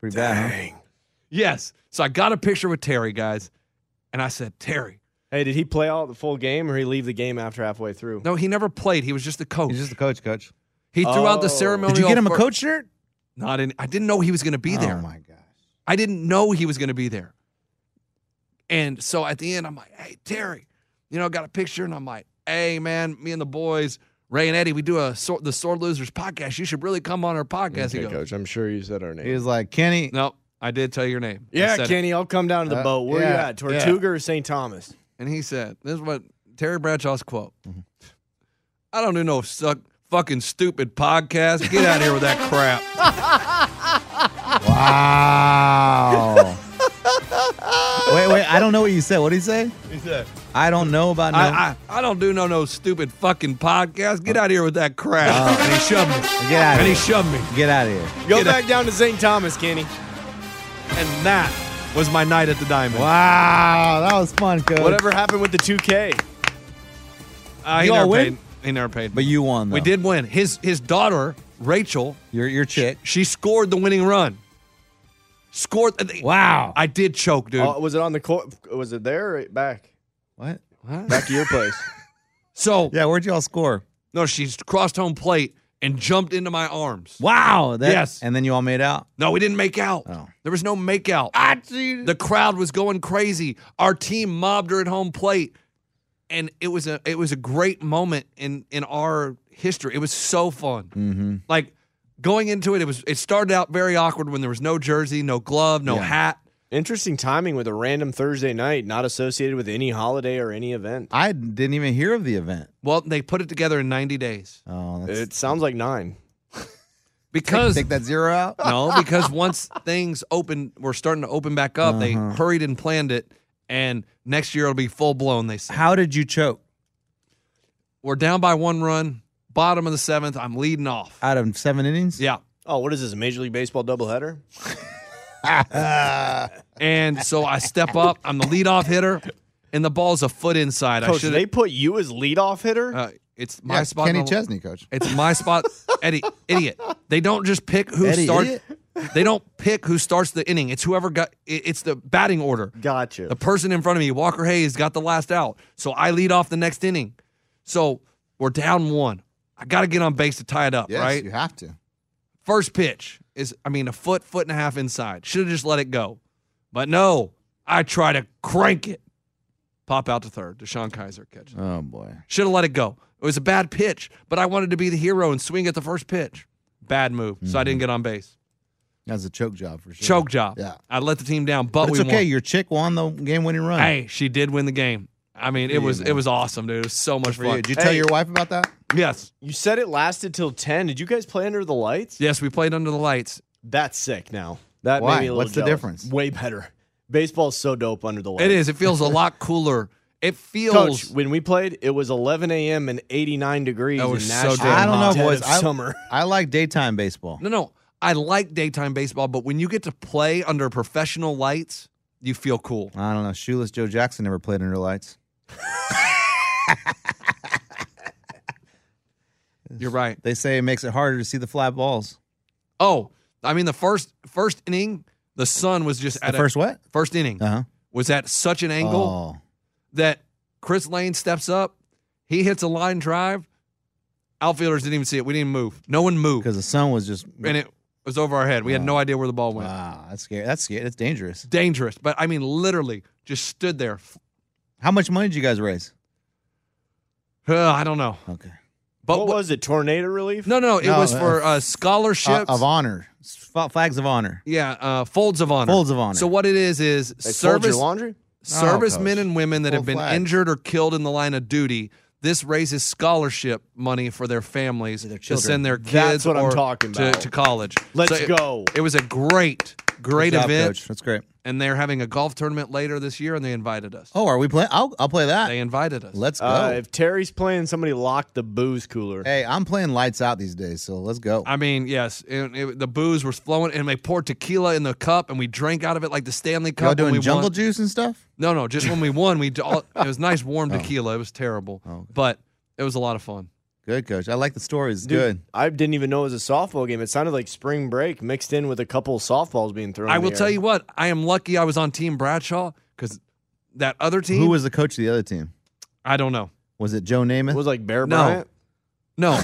D: Pretty bad. Huh?
C: Yes. So I got a picture with Terry, guys, and I said, "Terry,
B: Hey, did he play all the full game, or he leave the game after halfway through?
C: no, he never played. He was just the coach.
D: He's just the coach, coach.
C: he threw out
B: Oh.
C: the ceremonial.
D: Did you get him a
C: fir-
D: coach shirt?
C: Not in. I didn't know he was going to be there.
D: Oh my gosh.
C: I didn't know he was going to be there. And so at the end, I'm like, hey, Terry, you know, I got a picture and I'm like, hey, man, me and the boys, Ray and Eddie, we do a sor- the Sword Losers podcast. You should really come on our podcast.
B: okay,
C: he goes,
B: coach. I'm sure you said our name.
D: He was like Kenny.
C: no, I did tell your name. I
B: yeah,
C: said it."
B: Kenny, I'll come down to the
D: Uh,
B: boat. Where
D: yeah,
B: you at, Tortuga or St. Thomas?
C: And he said, this is what Terry Bradshaw's quote. I don't do no suck fucking stupid podcast. Get out of here with that crap.
D: Wow. wait, wait. I don't know what you said. What did he say? He said, I don't know about
C: <laughs>
D: no.
C: I, I, I don't do no no stupid fucking podcast. Get out of here with that crap. and he shoved me.
D: Get out of
C: And he
D: here.
C: shoved me.
D: Get out of here.
B: Go
C: Get
B: back down to St. Thomas, Kenny.
C: And that was my night at the Diamond.
D: Wow. That was fun, coach.
B: Whatever happened with the 2K?
C: Uh, he
D: You
C: never
D: all win?
C: paid. He never paid.
D: But you won, though.
C: we did win. His his daughter Rachel,
D: Your, your chick.
C: she scored the winning run. Scored.
D: Wow.
C: I did choke, dude.
B: Oh, was it on the court? Was it there or back?
D: What?
B: Back to your place. <laughs>
C: so
D: Yeah, where'd y'all score?
C: no, she crossed home plate and jumped into my arms.
D: Wow. That,
C: Yes.
D: And then you all made out?
C: No, we didn't make out.
D: Oh.
C: There was no make out. I cheated. The crowd was going crazy. Our team mobbed her at home plate, and it was a it was a great moment in in our history. It was so fun. Mm-hmm. Like going into it, it was it started out very awkward when there was no jersey, no glove, no hat.
B: Interesting timing with a random Thursday night, not associated with any holiday or any event.
D: I didn't even hear of the event.
C: Well, they put it together in ninety days
D: Oh, that's.
B: It sounds like nine.
C: because <laughs>
D: Take that zero out?
C: no, because once things open were starting to open back up, they hurried and planned it, and next year it'll be full blown. They said.
D: How did you choke?
C: We're down by one run, bottom of the seventh. I'm leading off.
D: Out of seven innings?
C: Yeah.
B: Oh, what is this? a Major League Baseball doubleheader?
C: And so I step up. I'm the leadoff hitter, and the ball's a foot inside. I
B: Coach,
C: should
B: they
C: have.
B: put you as leadoff hitter?
C: Uh, it's my
D: Yeah,
C: spot.
D: Kenny
C: in the-
D: Chesney, coach.
C: It's my
D: <laughs>
C: spot. Eddie, idiot. They don't just pick who
D: Eddie,
C: starts.
D: idiot?
C: They don't pick who starts the inning. It's whoever got. it- It's the batting order.
B: gotcha.
C: The person in front of me, Walker Hayes, got the last out. So I lead off the next inning. So we're down one. I got to get on base to tie it up,
D: Yes,
C: right?
D: you have to.
C: First pitch is, I mean, a foot, foot and a half inside. Should have just let it go. But no, I try to crank it. Pop out to third. Deshaun Kaiser catches.
D: Oh, boy.
C: Should have let it go. It was a bad pitch, but I wanted to be the hero and swing at the first pitch. Bad move. So I didn't get on base.
D: That was a choke job for Mm-hmm. sure.
C: Choke job.
D: Yeah.
C: I let the team down, but,
D: But it's
C: Oh, we
D: okay.
C: won.
D: Your chick won the game winning run.
C: Hey, she did win the game. I mean, it was it was awesome, dude. It was so much
D: For you.
C: fun.
D: Did you tell your wife about that?
C: yes,
B: you said it lasted till 10. Did you guys play under the lights?
C: yes, we played under the lights.
B: That's sick now. That
D: Why?
B: made me a little
D: What's the
B: jealous.
D: difference?
B: Way better. Baseball's so dope under the lights.
C: It is. It feels a lot cooler. It feels.
B: Coach, when we played, it was 11 a.m. and 89 degrees
C: That was
B: in
C: so
B: Nashville.
C: damn
D: I don't know,
B: dead
D: boys.
B: of
D: I,
B: summer.
D: I like daytime baseball.
C: No, no. I like daytime baseball, but when you get to play under professional lights, you feel cool.
D: I don't know. Shoeless Joe Jackson never played under lights.
C: You're right.
D: They say it makes it harder to see the fly balls.
C: Oh, I mean the first first inning, the sun was just at
D: the
C: a-
D: first what? Oh.
C: first inning
D: Uh huh.
C: was at such an angle that Chris Lane steps up, he hits a line drive. Outfielders didn't even see it. We didn't move. No one moved,
D: because Oh, the sun was just.
C: and it was over our head. We had no idea where the ball went.
D: wow, that's scary. That's scary. That's dangerous.
C: Dangerous, but I mean literally just stood there.
D: How much money did you guys raise?
C: Uh, I don't know,
D: Okay. Uh,
C: but
B: what
C: what-
B: was it? Tornado relief?
C: no, no, it
D: No,
C: was
D: uh,
C: for uh, scholarships.
D: Uh, of honor, S- f- flags of honor.
C: Yeah, uh, folds of honor.
D: Folds of honor.
C: So what it is is
B: They fold Oh, your
C: service
B: laundry?
C: servicemen
D: coach.
C: and women that have
D: Full
C: been
D: flags.
C: injured or killed in the line of duty This raises scholarship money for their families
G: their
C: to
G: children.
C: send their kids
B: That's what I'm
C: or
B: talking
C: to-
B: about.
C: To, college.
B: Let's
C: it-
B: go.
C: It, was a great, great
D: Good job,
C: event.
D: Coach. That's great.
C: And they're having a golf tournament later this year, and they invited us.
D: Oh, are we playing? I'll, I'll play that.
C: They invited us.
D: Let's go.
B: Uh, if Terry's playing, somebody lock the booze cooler.
D: hey, I'm playing lights out these days, so let's go.
C: I mean, yes, and it- the booze was flowing, and they poured tequila in the cup, and we drank out of it like the Stanley Cup.
D: Y'all
C: when
D: doing
C: we
D: jungle
C: won.
D: juice and stuff?
C: No, no, just when we won, we d- all, it was nice warm tequila. It was terrible, but it was a lot of fun.
D: Good, coach. I like the stories.
B: Dude,
D: Good.
B: I didn't even know it was a softball game. It sounded like spring break mixed in with a couple of softballs being thrown.
C: I
B: in
C: will
B: the
C: tell
B: air.
C: you what, I am lucky I was on Team Bradshaw because that other team,
D: Who was the coach of the other team?
C: I don't know.
D: Was it Joe Namath?
B: It was like Bear
C: No.
B: Bryant.
C: No,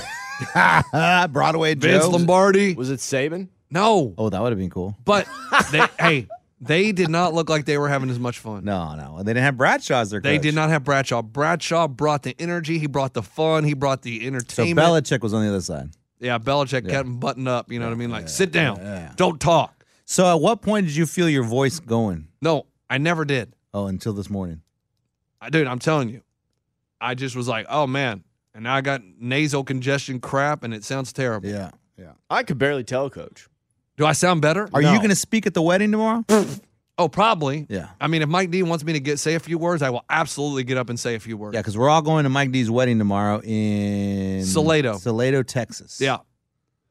D: <laughs> Broadway Joe.
C: Vince Lombardi.
B: Was it Saban?
C: No,
D: Oh, that would have been cool.
C: but they, hey, they did not look like they were having as much fun.
D: No, no, they didn't have Bradshaw as their
C: They
D: coach.
C: did not have Bradshaw. Bradshaw brought the energy. He brought the fun. He brought the
D: So
C: entertainment.
D: Belichick was on the other side.
C: Yeah, Belichick kept him buttoned up. You know what I mean? Like, sit down, don't talk.
D: So at what point did you feel your voice going?
C: No, I never did.
D: Oh, until this morning.
C: I, dude, I'm telling you, I just was like, oh man, and now I got nasal congestion crap, and it sounds terrible.
D: Yeah, yeah.
B: I could barely tell, Coach.
C: Do I sound better?
D: Are you
B: No.
D: going to speak at the wedding tomorrow?
C: oh, probably.
D: Yeah.
C: I mean, if Mike D wants me to get say a few words, I will absolutely get up and say a few words.
D: Yeah, because we're all going to Mike D's wedding tomorrow in
C: Salado.
D: Salado, Texas.
C: Yeah.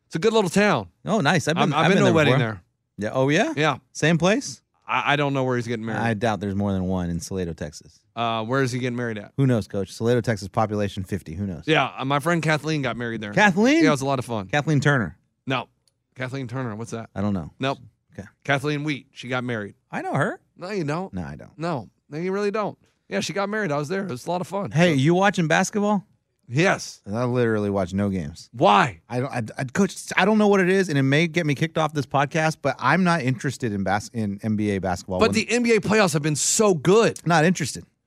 C: It's a good little town.
D: Oh, nice. I've
C: i have
D: been.
C: I've, been, to a wedding
D: before.
C: there.
D: Yeah. Oh, yeah.
C: Yeah.
D: Same place.
C: I, I don't know where he's getting
D: I
C: married.
D: doubt there's more than one in Salado, Texas.
C: uh, where is he getting married at?
D: Who knows, Coach? Salado, Texas, population fifty. Who knows?
C: Yeah. uh, My friend Kathleen got married there.
D: Kathleen.
C: Yeah, it was a lot of fun.
D: Kathleen Turner.
C: no. Kathleen Turner. What's that?
D: I don't know.
C: Nope.
D: Okay.
C: Kathleen Wheat. She got married.
D: I know her.
C: No, you don't. No.
D: No, I don't.
C: no, you really don't. Yeah, she got married. I was there. It was a lot of fun.
D: Hey, you watching basketball?
C: Yes.
D: I literally watch no games.
C: Why?
D: I don't, I, I, coach. I don't know what it is, and it may get me kicked off this podcast. But I'm not interested in bas- in NBA basketball.
C: But
D: Oh, When-
C: the NBA playoffs have been so good.
D: not interested.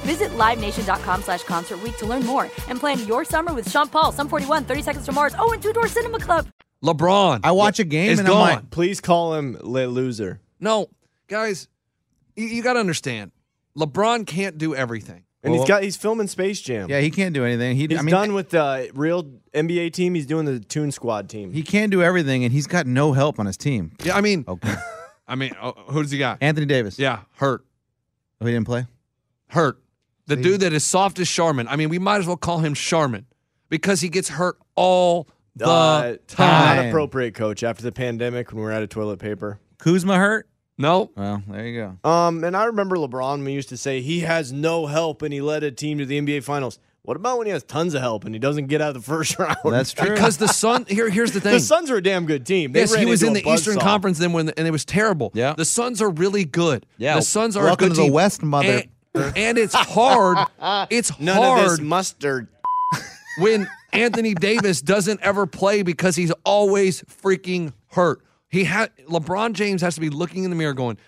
H: Visit LiveNation.com slash Concert Week to learn more and plan your summer with Sean Paul, Sum 41, 30 Seconds to Mars, oh, and Two Door Cinema Club.
C: LeBron.
D: I watch a game
C: It's
D: and
C: gone.
D: I'm like,
B: Please call him Le Loser.
C: no, guys, you, you got to understand. LeBron can't do everything.
B: And he's got he's filming Space Jam.
D: yeah, he can't do anything. He,
B: he's
D: I mean,
B: done with the real NBA team. He's doing the Toon Squad team.
D: he can do everything, and he's got no help on his team.
C: Yeah, I mean,
D: Okay,
C: <laughs> I mean, oh, who does he got?
D: Anthony Davis.
C: Yeah, hurt,
D: oh, he didn't play.
C: hurt. The dude that is soft as Charmin. I mean, we might as well call him Charmin because he gets hurt all the
B: Uh,
C: time.
B: Not appropriate, Coach. After the pandemic, when we're out of toilet paper.
D: Kuzma hurt.
C: No,
D: Well, there you go.
B: Um, and I remember LeBron. We used to say he has no help, and he led a team to the NBA Finals. What about when he has tons of help and he doesn't get out of the <laughs> first round?
D: That's true.
C: because the Sun. Here, here's
D: <laughs>
C: the thing.
B: the Suns are a damn good team. They
C: yes, he
B: ran
C: was
B: into
C: in
B: a
C: the Eastern
B: buzzsaw.
C: Conference then when, and it was terrible.
D: Yeah.
C: the Suns are really good.
D: Yeah,
C: the Suns are
D: welcome
C: a good
D: to the
C: team.
D: West, mother-
C: And, and it's hard.
D: <laughs>
C: It's
B: None
C: hard.
B: of this mustard.
C: when Anthony Davis doesn't ever play because he's always freaking hurt. He had LeBron James has to be looking in the mirror going,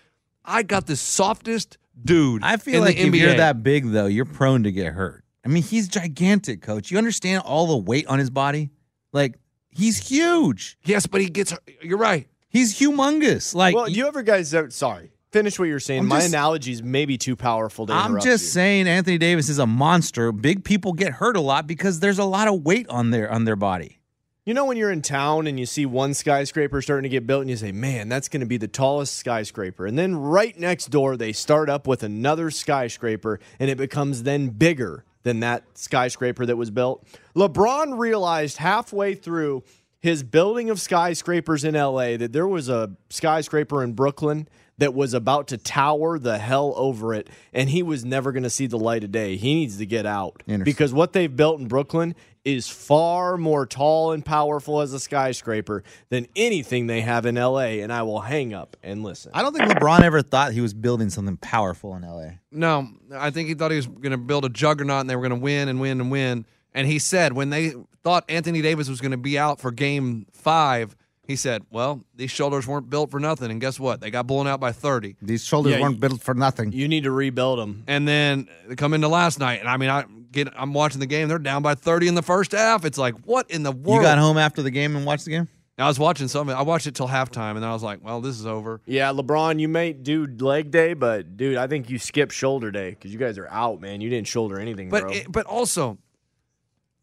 C: "I got the softest dude."
D: I feel
C: in
D: like
C: the
D: if
C: NBA.
D: you're that big, though, you're prone to get hurt. I mean, he's gigantic, coach. You understand all the weight on his body? Like, he's huge.
C: Yes, but he gets. You're right.
D: He's humongous. Like,
B: well, do you ever guys? Ever, sorry, finish what you're saying.
D: I'm
B: My
D: just-
B: analogy is maybe too powerful to
D: I'm
B: interrupt
D: just
B: you.
D: saying Anthony Davis is a monster. Big people get hurt a lot because there's a lot of weight on their on their body.
B: You know when you're in town and you see one skyscraper starting to get built and you say, "Man, that's going to be the tallest skyscraper." And then right next door they start up with another skyscraper and it becomes then bigger than that skyscraper that was built. LeBron realized halfway through his building of skyscrapers in LA that there was a skyscraper in Brooklyn that was about to tower the hell over it and he was never going to see the light of day. He needs to get out because what they've built in Brooklyn is far more tall and powerful as a skyscraper than anything they have in LA and I will hang up and listen.
D: I don't think LeBron ever thought he was building something powerful in LA.
C: No, I think he thought he was going to build a juggernaut and they were going to win and win and win. And he said when they thought Anthony Davis was going to be out for game five, he said, well, these shoulders weren't built for nothing. And guess what? They got blown out by 30.
D: These shoulders
C: Yeah,
D: weren't
C: you-
D: built for nothing.
B: You need to rebuild them.
C: And then they come into last night. And I mean, I get, I'm watching the game. They're down by 30 in the first half. It's like, what in the world?
D: You got home after the game and watched the game?
C: I was watching some. of it. I watched it till halftime. And then I was like, well, this is over.
B: Yeah, LeBron, you may do leg day, but dude, I think you skipped shoulder day because you guys are out, man. You didn't shoulder anything,
C: But
B: bro.
C: it- but also,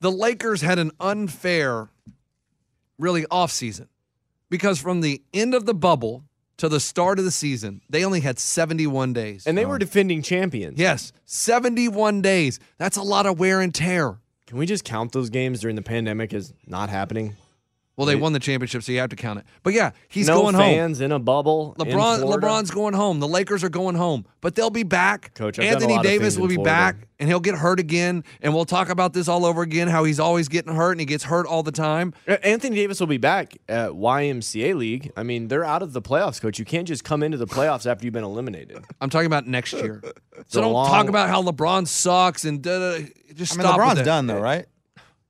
C: the Lakers had an unfair, really off season, because from the end of the bubble to the start of the season, they only had seventy one days,
B: and they were defending champions.
C: yes, seventy one days. That's a lot of wear and tear.
B: Can we just count those games during the pandemic as not happening?
C: Well, they won the championship, so you have to count it. But yeah, he's
B: no
C: going home.
B: fans in a bubble. in
C: LeBron,
B: Florida.
C: LeBron's going home. The Lakers are going home, but they'll be back.
B: Coach, I've done a
C: Anthony
B: lot of things
C: Davis
B: in
C: will be
B: Florida.
C: back, and he'll get hurt again. And we'll talk about this all over again. How he's always getting hurt, and he gets hurt all the time.
B: Uh, Anthony Davis will be back at YMCA League. I mean, they're out of the playoffs, coach. You can't just come into the playoffs after you've been eliminated.
C: I'm talking about next
D: <laughs>
C: year.
B: a
C: so don't
B: long-
C: talk about how LeBron sucks and da, da, da. just
D: I mean,
C: stop. with
D: LeBron's
C: it.
D: done though, right?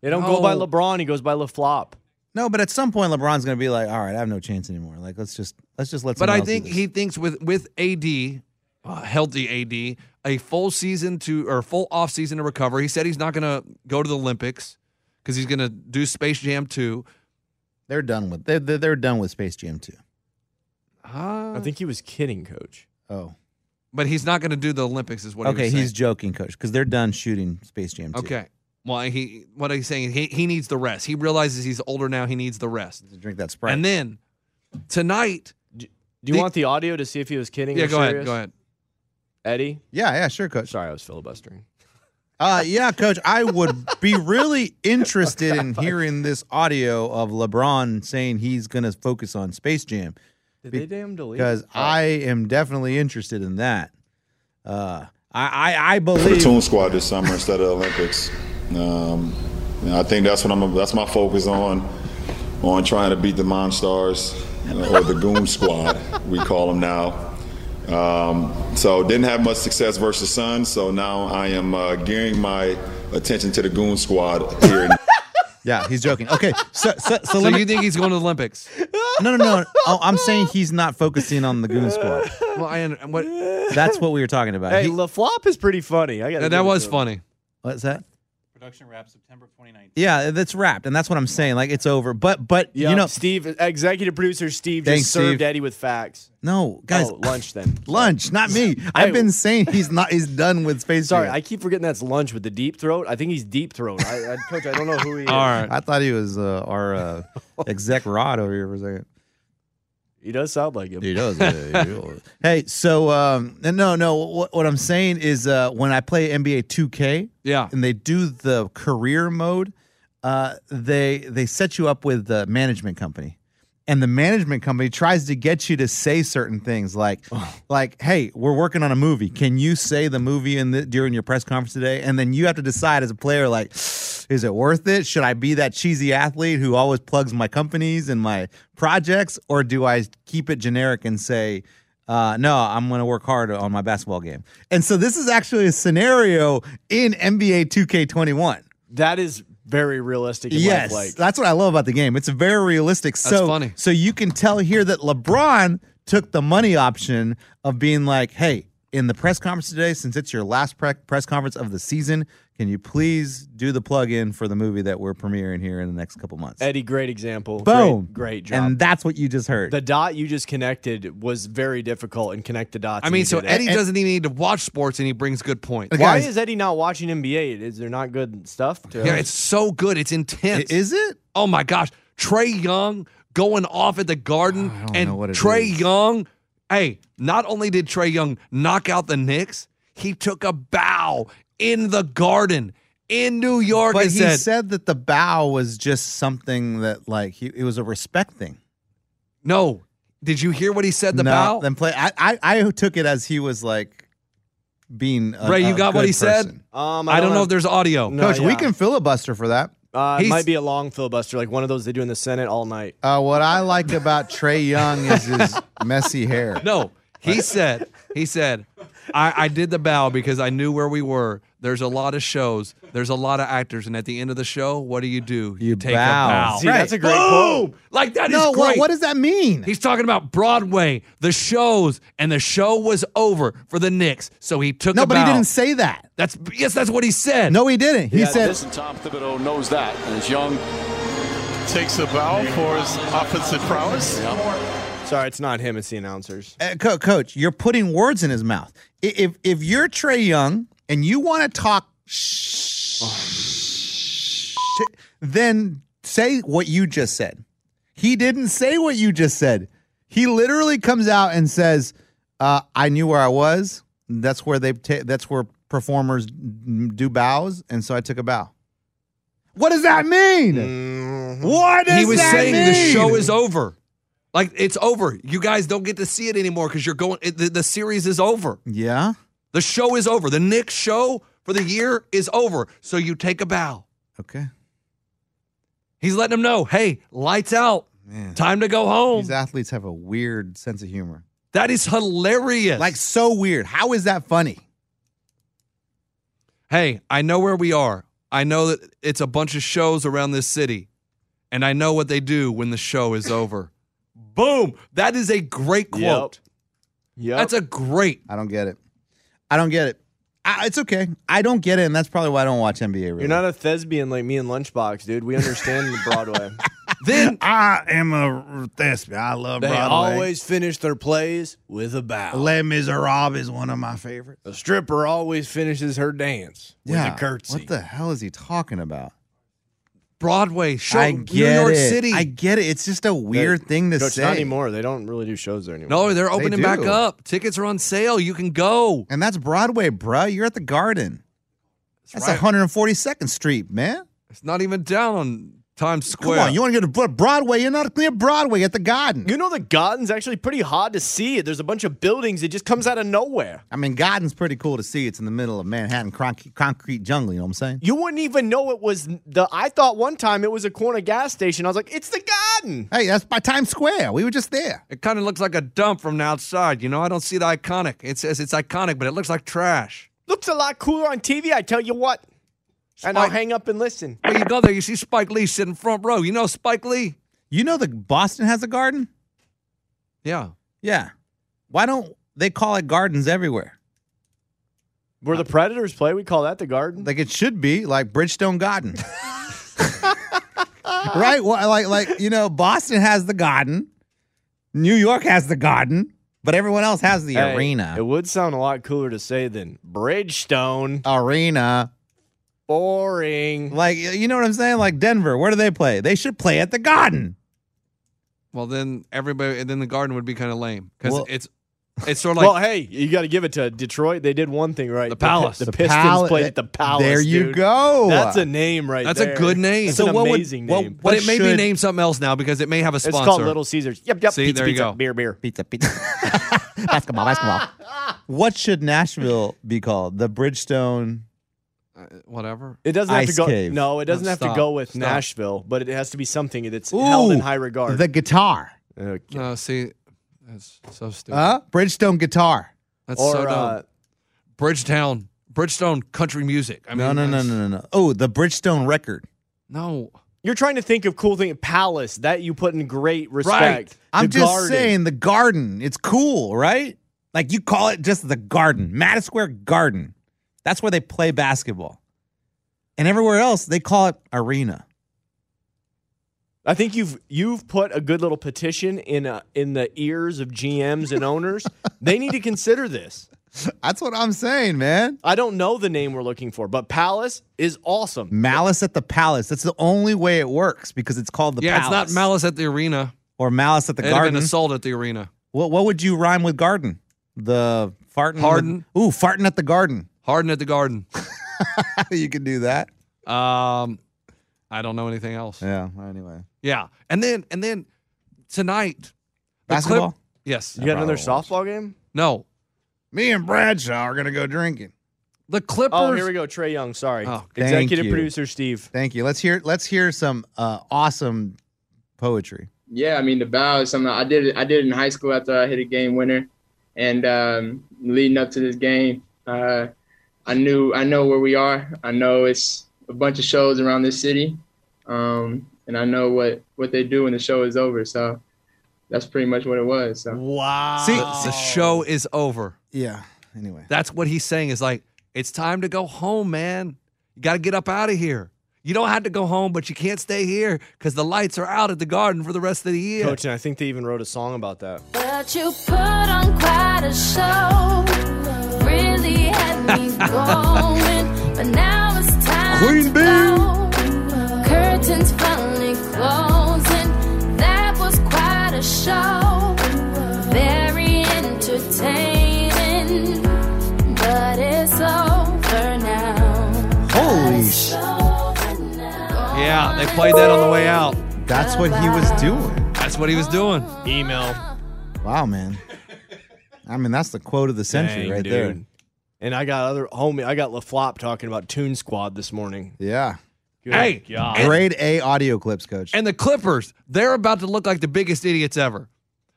B: They don't go by
C: No.
B: LeBron, he goes by LeFlop.
D: No, but at some point LeBron's going to be like, "All right, I have no chance anymore. Like, let's just let's just let."
C: But
D: someone
C: I
D: else do
C: think
D: this."
C: he thinks with with AD, uh, healthy AD, a full season to or full off season to recover. He said he's not going to go to the Olympics because he's going to do Space Jam 2.
D: they're done with they're, they're they're done with Space Jam too.
C: Uh,
B: I think he was kidding, coach.
D: Oh,
C: but he's not going to do the Olympics, is what. he
D: okay,
C: was saying.
D: he's joking, coach, because they're done shooting Space Jam too.
C: okay. Well, he what he's saying, he he needs the rest. He realizes he's older now. He needs the rest.
D: drink that sprite.
C: And then tonight,
B: Do you
C: The-
B: want the audio to see if he was kidding?
C: yeah,
B: or
C: go ahead,
B: serious?
C: go ahead.
B: Eddie?
D: yeah, yeah, sure, coach.
B: Sorry, I was filibustering.
D: Uh, yeah, coach, I would be really
C: <laughs>
D: interested in hearing this audio of LeBron saying he's going to focus on Space Jam
B: Did
D: Be-
B: they damn delete?
D: because I am definitely interested in that. Uh, I, I, I believe.
G: platoon squad this summer instead of Olympics. Um, and I think that's what I'm. That's my focus on, on trying to beat the Monstars uh, or the Goon Squad, we call them now. Um, so didn't have much success versus Sun. So now I am uh, gearing my attention to the Goon Squad here. in-
D: Yeah, he's joking. Okay, so so, so,
C: So
D: let me,
C: you think he's going to the Olympics?
D: no, no, no. Oh, I'm saying he's not focusing on the Goon Squad.
C: Well, I under-
D: <laughs>
C: what
D: That's what we were talking about.
B: Hey,
D: He-
B: LaFlop is pretty funny. I got
C: that, that was funny.
D: what's that?
F: Production wrap September 29th.
D: Yeah, that's wrapped, and that's what I'm saying. Like it's over, but but
B: Yeah,
D: you know,
B: Steve, executive producer Steve
D: Thanks,
B: just served
D: Steve.
B: Eddie with facts.
D: no, guys,
B: oh, lunch then.
D: lunch, not me. I've been saying he's not. He's done with Space
B: Sorry,
D: Jam.
B: I keep forgetting that's lunch with the deep throat. I think he's deep throat. I, I, coach, I don't know who he is.
C: <laughs> All right.
D: I thought he was uh, our uh, exec Rod over here for a second.
B: He does sound like him.
D: He does. yeah, he does. hey, so um, no, no. What, what I'm saying is, uh, when I play NBA 2K,
C: Yeah.
D: and they do the career mode, uh, they they set you up with the management company, and the management company tries to get you to say certain things like, like, hey, we're working on a movie. Can you say the movie in the, during your press conference today? And then you have to decide as a player, like, is it worth it? Should I be that cheesy athlete who always plugs my companies and my projects, or do I keep it generic and say? uh, no, I'm going to work hard on my basketball game. And so this is actually a scenario in NBA 2K21.
B: That is very realistic. In
D: Yes,
B: life, like
D: that's what I love about the game. It's very realistic. So
C: funny.
D: So you can tell here that LeBron took the money option of being like, "Hey, in the press conference today, since it's your last pre- press conference of the season, Can you please do the plug in for the movie that we're premiering here in the next couple months?
B: Eddie, great example.
D: Boom.
B: Great, great job.
D: And that's what you just heard.
B: the dot you just connected was very difficult and connect the dots.
C: I
B: and
C: mean,
B: you
C: so
B: did it.
C: Eddie doesn't even need to watch sports, and he brings good points.
B: Why is Eddie not watching NBA? Is there not good stuff? To
C: Yeah, it's so good. It's intense.
D: Is it?
C: Oh my gosh, Trey Young going off at the Garden, and Trey Young. Hey, not only did Trey Young knock out the Knicks, he took a bow in the Garden in New York.
D: But
C: and
D: he said, that the bow was just something that, like, he, it was a respect thing.
C: No. Did you hear what he said? The
D: no,
C: bow.
D: Then play. I, I, I took it as he was, like, being. A,
C: Ray, you
D: a
C: got what
D: good
C: he said. Oh,
D: person.
B: Um,
C: I, don't know
B: have-
C: if there's audio.
B: No,
D: Coach, we
B: yeah.
D: can filibuster for that.
B: Uh, it
D: He's-
B: might be a long filibuster, like one of those they do in the Senate all night.
D: Uh, what I like about Trey Young
C: <laughs>
D: is his messy hair.
C: No, he said, he said, I, I did the bow because I knew where we were. There's a lot of shows. There's a lot of actors, and at the end of the show, what do you do? You, take
D: bow.
C: a bow.
D: See, that's a great
C: Boom! Like that is
D: No, what,
C: great.
D: what does that mean?
C: He's talking about Broadway, the shows, and the show was over for the Knicks, so he took.
D: No,
C: a
D: but he
C: bow.
D: didn't say that.
C: That's yes, that's what he said.
D: No, he didn't. He said,
I: Listen, Tom Thibodeau knows that. As Young takes the bow for his offensive prowess.
B: Sorry, it's not him. It's the announcers.
D: Uh, Co- coach, you're putting words in his mouth. I- If if you're Trey Young and you want to talk, sh- then say what you just said. He didn't say what you just said. He literally comes out and says, uh, "I knew where I was. That's where they. Ta- that's where performers mm, do bows, and so I took a bow." What does that mean? What does
C: Mm-hmm. he was
D: that
C: saying the
D: mean?
C: show is over. Like it's over. You guys don't get to see it anymore because you're going. It, the, the series is over.
D: Yeah.
C: The show is over. The Knicks show for the year is over. So you take a bow.
D: Okay.
C: He's letting them know, hey, lights out. Time to go home.
D: These athletes have a weird sense of humor.
C: That is hilarious.
D: Like so weird. How is that funny?
C: hey, I know where we are. I know that it's a bunch of shows around this city, and I know what they do when the show
D: <coughs>
C: is over. Boom. That is a great quote.
B: Yeah.
C: That's a great.
D: I don't get it. I don't get it. I, it's okay. I don't get it, and that's probably why I don't watch NBA. Really.
B: You're not a thespian like me and Lunchbox, dude. We understand the Broadway.
C: Then
D: I am a thespian. I
B: <laughs>
D: love
B: They always finish their plays with a bow.
D: Les Miserables is one of my favorites.
B: a stripper always finishes her dance with
D: Yeah.
B: a curtsy.
D: What the hell is he talking about?
C: Broadway show.
D: I
C: New
D: get
C: York
D: it.
C: City.
D: I get it. It's just a weird thing to
B: Coach,
D: say.
B: Not anymore. They don't really do shows there anymore.
C: no, they're opening back
D: do.
C: up. Tickets are on sale. You can go.
D: And that's Broadway, bruh. You're at the Garden. That's
C: right.
D: 142nd Street, man.
C: It's not even down on Times
D: Come
C: Square.
D: on, you want to go to Bro- Broadway? You're not near Broadway at the Garden.
B: You know the garden's actually pretty hard to see. There's a bunch of buildings. It just comes out of nowhere.
D: I mean, Garden's pretty cool to see. It's in the middle of Manhattan concrete, concrete jungle. You know what I'm saying?
B: You wouldn't even know it was the. I thought one time it was a corner gas station. I was like, it's the garden.
D: Hey, that's by Times Square. We were just there.
C: It kind of looks like a dump from the outside. You know, I don't see the iconic. It says it's iconic, but it looks like trash.
B: Looks a lot cooler on TV. I tell you what. And I'll hang up and listen.
C: But you go there, you see Spike Lee sitting front row. You know Spike Lee?
D: You know the Boston has a garden?
C: Yeah.
D: Yeah. Why don't they call it gardens everywhere?
B: Where the Predators play, we call that the garden.
D: Like it should be like Bridgestone <laughs> Garden. right? Well, like like you know, Boston has the garden. New York has the garden, but everyone else has the
B: Hey,
D: arena.
B: It would sound a lot cooler to say than Bridgestone.
D: arena.
B: Boring.
D: Like you know what I'm saying? Like Denver, where do they play? They should play at the garden.
C: Well, then everybody, and then the garden would be kind of lame because
D: Well-
C: it's it's sort of
B: well,
C: like
B: hey, you got to give it to Detroit. They did one thing right.
C: The Palace.
B: The,
C: The
B: Pistons
D: Pal-
B: played at the Palace.
D: There you
B: dude.
D: go.
B: That's a name right
C: that's
B: there.
C: a good name.
B: That's
C: So
B: an
D: what would-
B: amazing
D: what-
B: name.
C: but it may be
D: should-
C: named something else now because it may have a
B: It's
C: sponsor.
B: called Little Caesars. Yep, yep.
C: See,
B: pizza,
C: there you
B: pizza,
C: go.
B: Beer, beer.
D: Pizza, pizza. <laughs> basketball, basketball. What should Nashville be called? The Bridgestone.
C: Uh, Whatever.
B: It doesn't have
D: Ice
B: to go.
D: Cave.
B: No, it doesn't
C: No,
B: have
C: stop,
B: to go with
C: stop.
B: Nashville, but it has to be something that's held in
D: Ooh,
B: high regard.
D: The guitar.
B: Okay.
C: No, Uh, see, that's so stupid.
D: Huh? Bridgestone guitar.
C: that's
B: Or
C: so dumb.
B: uh,
C: Bridgetown, Bridgestone country music. I mean,
D: no, no, no,
C: that's-
D: no, no, no. Oh, the Bridgestone record.
C: no.
B: you're trying to think of cool thing. Palace that you put in great respect.
C: Right.
D: I'm
B: The
D: just
B: garden.
D: saying the garden. It's cool, right? Like you call it just the garden, Madison Square Garden. That's where they play basketball. And everywhere else, they call it arena.
B: I think you've you've put a good little petition in uh in the ears of GMs and
D: <laughs>
B: owners. they need to consider this.
D: That's what I'm saying, man.
B: I don't know the name we're looking for, but Palace is awesome.
D: Malice at the Palace. That's the only way it works because it's called the
C: yeah,
D: Palace.
C: it's not malice at the arena.
D: Or Malice at the
C: It'd have been
D: Garden.
C: assault at the arena.
D: What what would you rhyme with garden? The farting
C: Harden.
D: ooh, farting at the garden. <laughs>
C: Harden at the garden.
D: you could do that.
C: Um, I don't know anything else.
D: Yeah. Anyway.
C: Yeah, and then and then tonight, the
D: Basketball?
C: Clip- yes,
B: You got another softball game?
C: No,
D: me and Bradshaw are gonna go drinking.
C: The Clippers.
B: Oh, here we go. Trey Young. Sorry,
D: Oh, Thank
B: executive
D: you.
B: producer Steve.
D: Thank you. Let's hear let's hear some uh, awesome poetry.
J: Yeah, I mean the bow is something I did. It, I did it in high school after I hit a game winner, and um, leading up to this game, uh, I knew I know where we are. I know it's a bunch of shows around this city, um, and I know what what they do when the show is over. So that's pretty much what it was. So
D: wow,
C: See,
B: Ah.
C: the show is over.
D: Yeah. Anyway.
C: That's what he's saying is like, it's time to go home, man. You got to get up out of here. You don't have to go home, but you can't stay here because the lights are out at the garden for the rest of the year.
B: Coach, and I think they even wrote a song about that.
K: But you put on quite a show. Really had me going. But now it's time.
D: Queen
K: Bee! Curtains finally closing. That was quite a show. Very entertaining. But it's over now.
D: Holy sh-
C: Yeah, they played that on the way out.
D: That's what he was doing.
C: That's what he was doing.
B: Email.
D: Wow, man. I mean, that's the quote of the century
B: Dang,
D: right
B: dude.
D: there.
B: And I got other homie. I got LaFlop talking about Toon Squad this morning.
D: Yeah.
B: Good
C: Hey,
B: God.
D: Grade A audio clips, coach.
C: And the Clippers, they're about to look like the biggest idiots ever.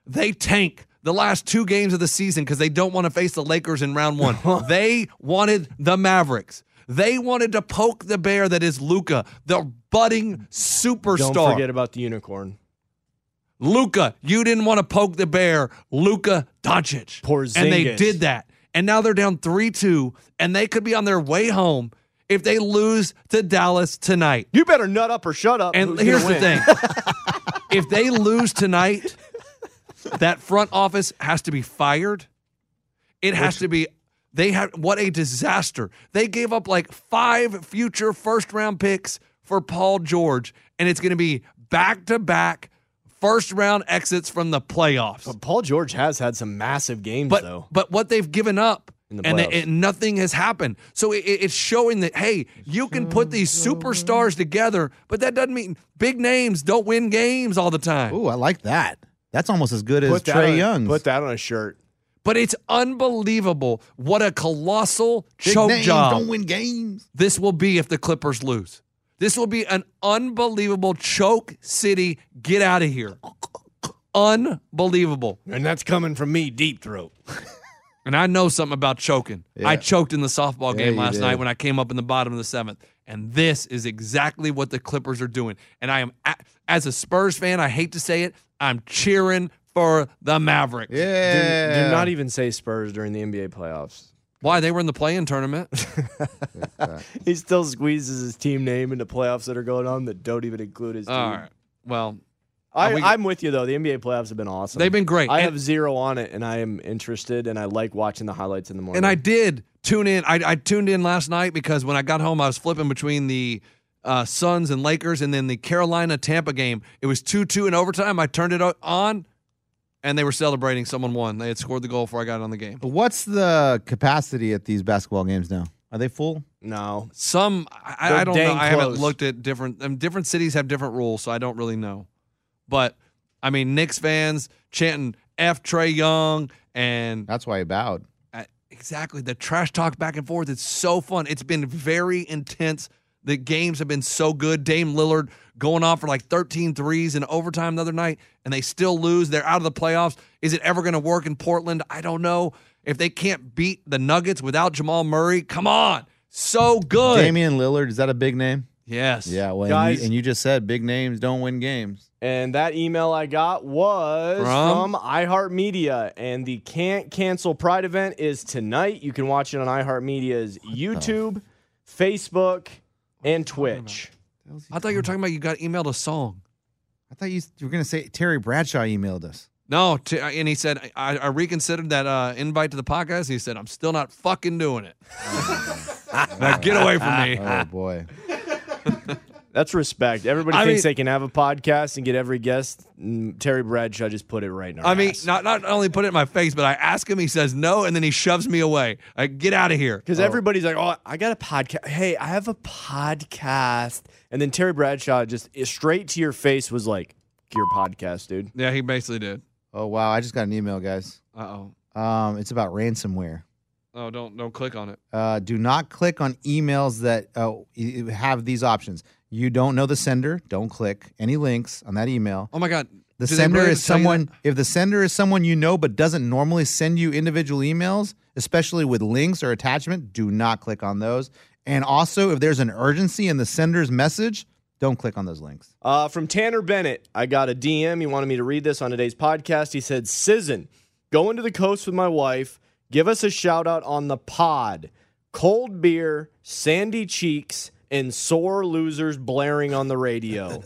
C: They tank the last two games of the season because they don't want to face the Lakers in
B: <laughs>
C: round one. they wanted the Mavericks. They wanted to poke the bear that is Luca, the budding superstar.
B: Don't forget about the unicorn.
C: Luca, you didn't want to poke the bear, Luca Doncic. And they
B: Porzingis.
C: did that. And now they're down 3 2, and they could be on their way home if they lose to Dallas tonight.
B: You better nut up or shut up.
C: And
B: Who's
C: here's
B: gonna
C: the
B: win?
C: thing
B: <laughs>
C: if they lose tonight, that front office has to be fired. It has to be. They had what a disaster. They gave up like five future first round picks for Paul George, and it's going to be back to back first round exits from the playoffs.
B: But Paul George has had some massive games
C: But
B: though.
C: but what they've given up.
B: In the
C: and
B: playoffs.
C: it- nothing has happened. So it, it- it's showing that, hey, you can put these superstars together, but that doesn't mean big names don't win games all the time.
D: Ooh, I like that. That's almost as good as
C: Put that on-
D: Trey Young's.
C: put
B: that on a shirt.
C: But it's unbelievable what a colossal choke
D: names
C: job
D: don't win games.
C: this will be if the Clippers lose. This will be an unbelievable choke city. Get out of here. Unbelievable.
B: And that's coming from me, deep throat.
C: and I know something about choking. I choked in the softball
B: Yeah,
C: game
B: you
C: last
B: did.
C: night when I came up in the bottom of the seventh. And this is exactly what the Clippers are doing. And I am, a- as a Spurs fan, I hate to say it, I'm cheering for the Mavericks.
B: Do- Do, not even say Spurs during the NBA playoffs.
C: Why? They were in the play in
B: <laughs>
C: tournament.
B: he still squeezes his team name into playoffs that are going on that don't even include his team.
C: All right. Well,
B: I,
C: Are we-
B: I'm with you though. The NBA playoffs have been awesome.
C: They've been great.
B: I
C: And-
B: have zero on it, and I am interested, and I like watching the highlights in the morning.
C: and I did tune in. I, I tuned in last night because when I got home, I was flipping between the uh, Suns and Lakers and then the Carolina Tampa game. It was 2 2 in overtime. I turned it o- on and they were celebrating. Someone won. They had scored the goal before I got on the game.
D: What's the capacity at these basketball games now? Are they full?
B: No.
C: Some, I,
D: They're
C: I don't know.
D: dang
C: I haven't
D: close.
C: looked at different, um, different cities have different rules, so I don't really know. But I mean, Knicks fans chanting F Trey Young and.
D: That's why he bowed.
C: I- exactly the trash talk back and forth it's so fun it's been very intense the games have been so good dame lillard going off for like 13 threes in overtime the other night and they still lose they're out of the playoffs is it ever going to work in portland i don't know if they can't beat the nuggets without jamal murray come on so good
D: Damian Lillard, is that a big name?
C: yes
D: Yeah, well, and,
B: Guys-
D: you, and you just said big names don't win games.
B: And that email I got was
D: From?
B: from, iHeartMedia, and the can't cancel Pride event is tonight. You can watch it on iHeartMedia's YouTube, Facebook, and Twitch.
C: I thought you were talking about you got emailed a song.
D: I thought you you were going to say Terry Bradshaw emailed us.
C: No, t- and he said I, I reconsidered that uh, invite to the podcast. He said I'm still not fucking doing it. <laughs> now get away from me.
D: <laughs> Oh boy.
B: That's respect. Everybody
C: I
B: thinks
C: mean-
B: they can have a podcast and get every guest. Mm, Terry Bradshaw just put it right now.
C: I mean, not not only put it in my face, but I ask him. He says no, and then he shoves me away. Like, get out of here.
B: Because everybody's like, oh, I got a podcast. Hey, I have a podcast. And then Terry Bradshaw just i- straight to your face was like, your podcast, dude.
C: Yeah, he basically did.
D: Oh wow! I just got an email, guys.
C: Uh
D: oh. Um, it's about ransomware.
C: Oh, don't don't click on it.
D: Uh, do not click on emails that uh, y- y- have these options. You don't know the sender. Don't click any links on that email.
C: Oh my god.
D: The
C: Do they
D: sender
C: really
D: is
C: tell you
D: someone. If the sender is someone you know but doesn't normally send you individual emails, especially with links or attachment, do not click on those. And also, if there's an urgency in the sender's message, don't click on those links.
B: Uh, from Tanner Bennett, I got a DM. He wanted me to read this on today's podcast. He said, Sizzon, going to the coast with my wife. Give us a shout out on the pod. Cold beer, sandy cheeks, and sore losers blaring on the radio.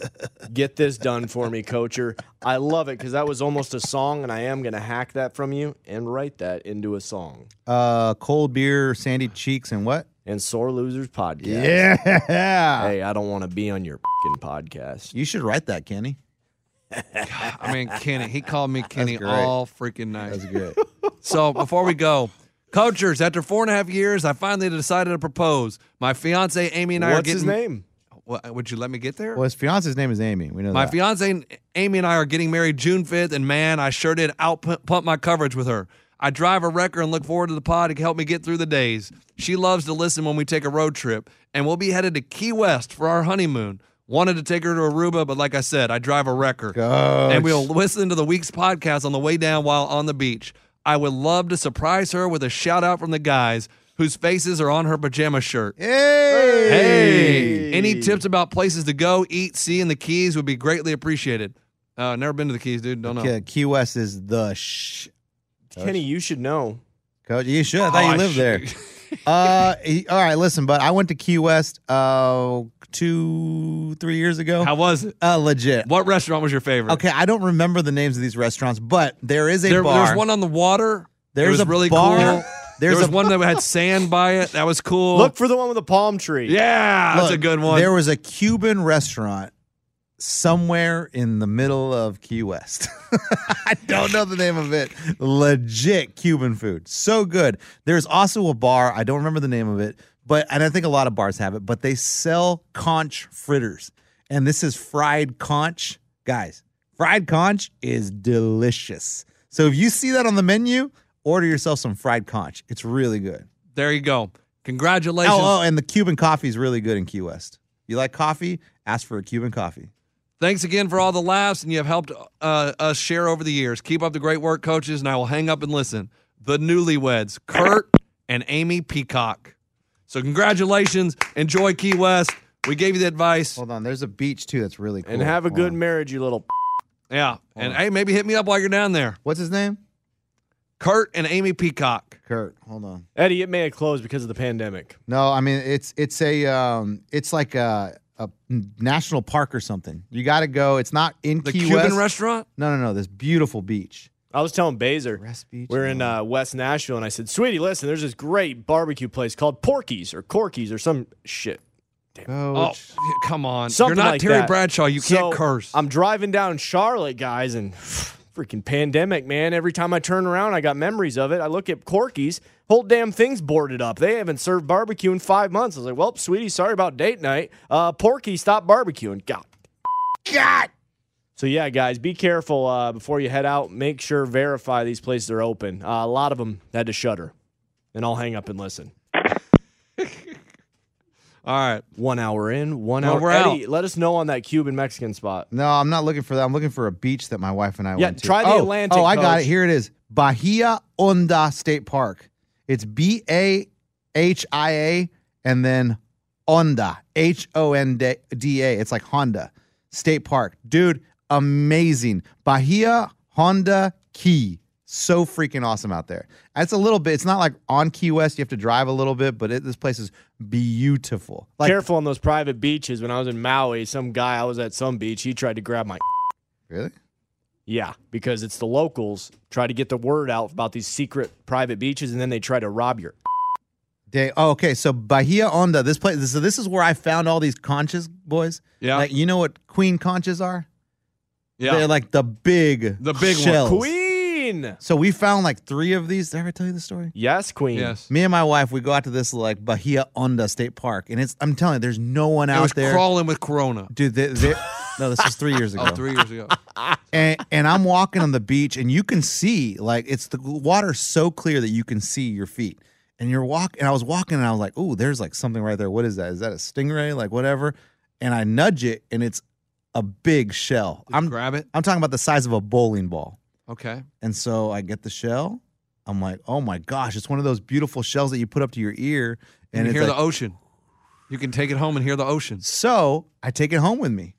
B: Get this done for me, coacher. I love it because that was almost a song, and I am going to hack that from you and write that into a song.
D: Uh, cold beer, sandy cheeks, and
C: <laughs>
D: what?
B: And sore losers podcast.
D: Yeah.
B: Hey, I don't want to be on your fing podcast.
D: You should write that, Kenny.
C: I mean, Kenny. He called me Kenny
D: great.
C: all freaking night. That's
D: good.
C: <laughs> so before we go, coachers, after four and a half years, I finally decided to propose. My fiance Amy and I are
B: What's
C: getting
B: his name?
C: What, would you let me get there?
D: Well, his fiance's name is Amy. We know
C: My
D: that.
C: fiance and Amy and I are getting married June 5th, and man, I sure did out pu- pump my coverage with her. I drive a wrecker and look forward to the pod to help me get through the days. She loves to listen when we take a road trip, and we'll be headed to Key West for our honeymoon. Wanted to take her to Aruba, but like I said, I drive a wrecker. And we'll listen to the week's podcast on the way down while on the beach. I would love to surprise her with a shout out from the guys whose faces are on her pajama shirt. Hey. Any tips about places to go, eat, see in the Keys would be greatly appreciated. Uh, never been to the Keys, dude. Don't know.
D: Ke- Key West is the sh.
B: Kenny, you should know.
D: Coach, you should. I thought you
B: Oh,
D: lived there. uh, he- all right, listen, but I went to Key West uh, two, three years
C: <laughs>
D: ago.
C: How was it?
D: Uh, legit.
C: What restaurant was your favorite?
D: Okay, I don't remember the names of these restaurants, but there is a
C: There-
D: bar.
C: There's one on the water.
D: There's
C: it was
D: a
C: really
D: bar.
C: cool. There
D: <laughs> There's
C: was
D: a-
C: one that had sand by it. That was cool.
B: Look for the one with the palm tree.
C: yeah, that's a
D: Look,
C: good one.
D: There was a Cuban restaurant somewhere in the middle of Key West. <laughs> I don't know the name of it. Legit Cuban food. So good. There's also a bar, I don't remember the name of it, but and I think a lot of bars have it, but they sell conch fritters. And this is fried conch. Guys, fried conch is delicious. So if you see that on the menu, order yourself some fried conch. It's really good.
C: there you go. Congratulations.
D: Oh, oh, and the Cuban coffee is really good in Key West. You like coffee? Ask for a Cuban coffee.
C: Thanks again for all the laughs, and you have helped uh, us share over the years. Keep up the great work, coaches, and I will hang up and listen. The newlyweds, Kurt and Amy Peacock. So, congratulations. Enjoy Key West. We gave you the advice.
D: Hold on, there's a beach too that's really cool.
B: And have a
D: Hold
B: good
D: on.
B: marriage, you little.
C: Yeah. And hey, maybe hit me up while you're down there.
D: What's his name?
C: Kurt and Amy Peacock.
D: Kurt. Hold on.
B: Eddie, it may have closed because of the pandemic.
D: No, I mean it's it's a um it's like a, a national park or something. You got to go. It's not in
C: The
D: Key
C: Cuban
D: West.
C: restaurant?
D: No, no, no. This beautiful beach.
B: I was telling Baser, we're in uh, West Nashville, and I said, "Sweetie, listen, there's this great barbecue place called Porky's or Corky's or some shit,
C: Oh,
D: Coach.
C: come on.
B: something
C: you're not
B: like
C: Terry
B: that."
C: Bradshaw. You
B: So,
C: can't curse.
B: I'm driving down Charlotte, guys, and <sighs> freaking pandemic, man. Every time I turn around, I got memories of it. I look at Corky's, whole damn thing's boarded up. They haven't served barbecue in five months. I was like, "Well, sweetie, sorry about date night. Uh, Porky, stop barbecuing." God
D: God.
B: So yeah, guys, be careful uh, before you head out. Make sure verify these places are open. Uh, a lot of them had to shutter, and I'll hang up and listen. <laughs>
C: All right.
B: One hour in, one
C: Well,
B: hour.
C: we're
B: Eddie, let us know on that Cuban Mexican spot.
D: No, I'm not looking for that. I'm looking for a beach that my wife and I
B: Yeah,
D: went to.
B: try the
D: oh,
B: Atlantic,
D: Oh, I got
B: coach.
D: it. Here it is. Bahia Onda State Park. It's B A H I A and then Onda, H O N D A. It's like Honda State Park. Dude, amazing. Bahia Honda Key. so freaking awesome out there. It's a little bit. It's not like on Key West. You have to drive a little bit, but it, this place is beautiful. Like
B: Careful on those private beaches. When I was in Maui, some guy I was at some beach, he tried to grab my. <laughs>
D: Really?
B: Yeah, because it's the locals try to get the word out about these secret private beaches, and then they try to rob your.
D: Day. Oh, okay. So Bahia Onda. This place. So this is where I found all these conches, boys.
C: Yeah.
D: Like, you know what queen conches are?
C: Yeah.
D: They're like the big,
C: The <laughs> big one.
D: shells.
B: Queen.
D: So we found like three of these. Did I ever tell you the story?
B: Yes, Queen.
C: Yes.
D: Me and my wife, we go out to this like Bahia Onda State Park, and it's I'm telling you, there's no one
C: it
D: out
C: was
D: there.
C: crawling with Corona.
D: Dude, they, they, no, this was
C: <laughs>
D: three years ago.
C: Oh, three years
D: <laughs>
C: ago.
D: and, and I'm walking on the beach, and you can see like it's the water's so clear that you can see your feet. And you're walk, and I was walking, and I was like, "Ooh, there's like something right there. What is that? Is that a stingray? Like whatever?" And I nudge it, and it's a big shell. I'm
C: grab it.
D: I'm talking about the size of a bowling ball.
C: Okay.
D: And so I get the shell. I'm like, "Oh my gosh, it's one of those beautiful shells that you put up to your ear,
C: And
D: it's
C: you hear
D: like,
C: the ocean. You can take it home and hear the ocean.
D: So I take it home with me.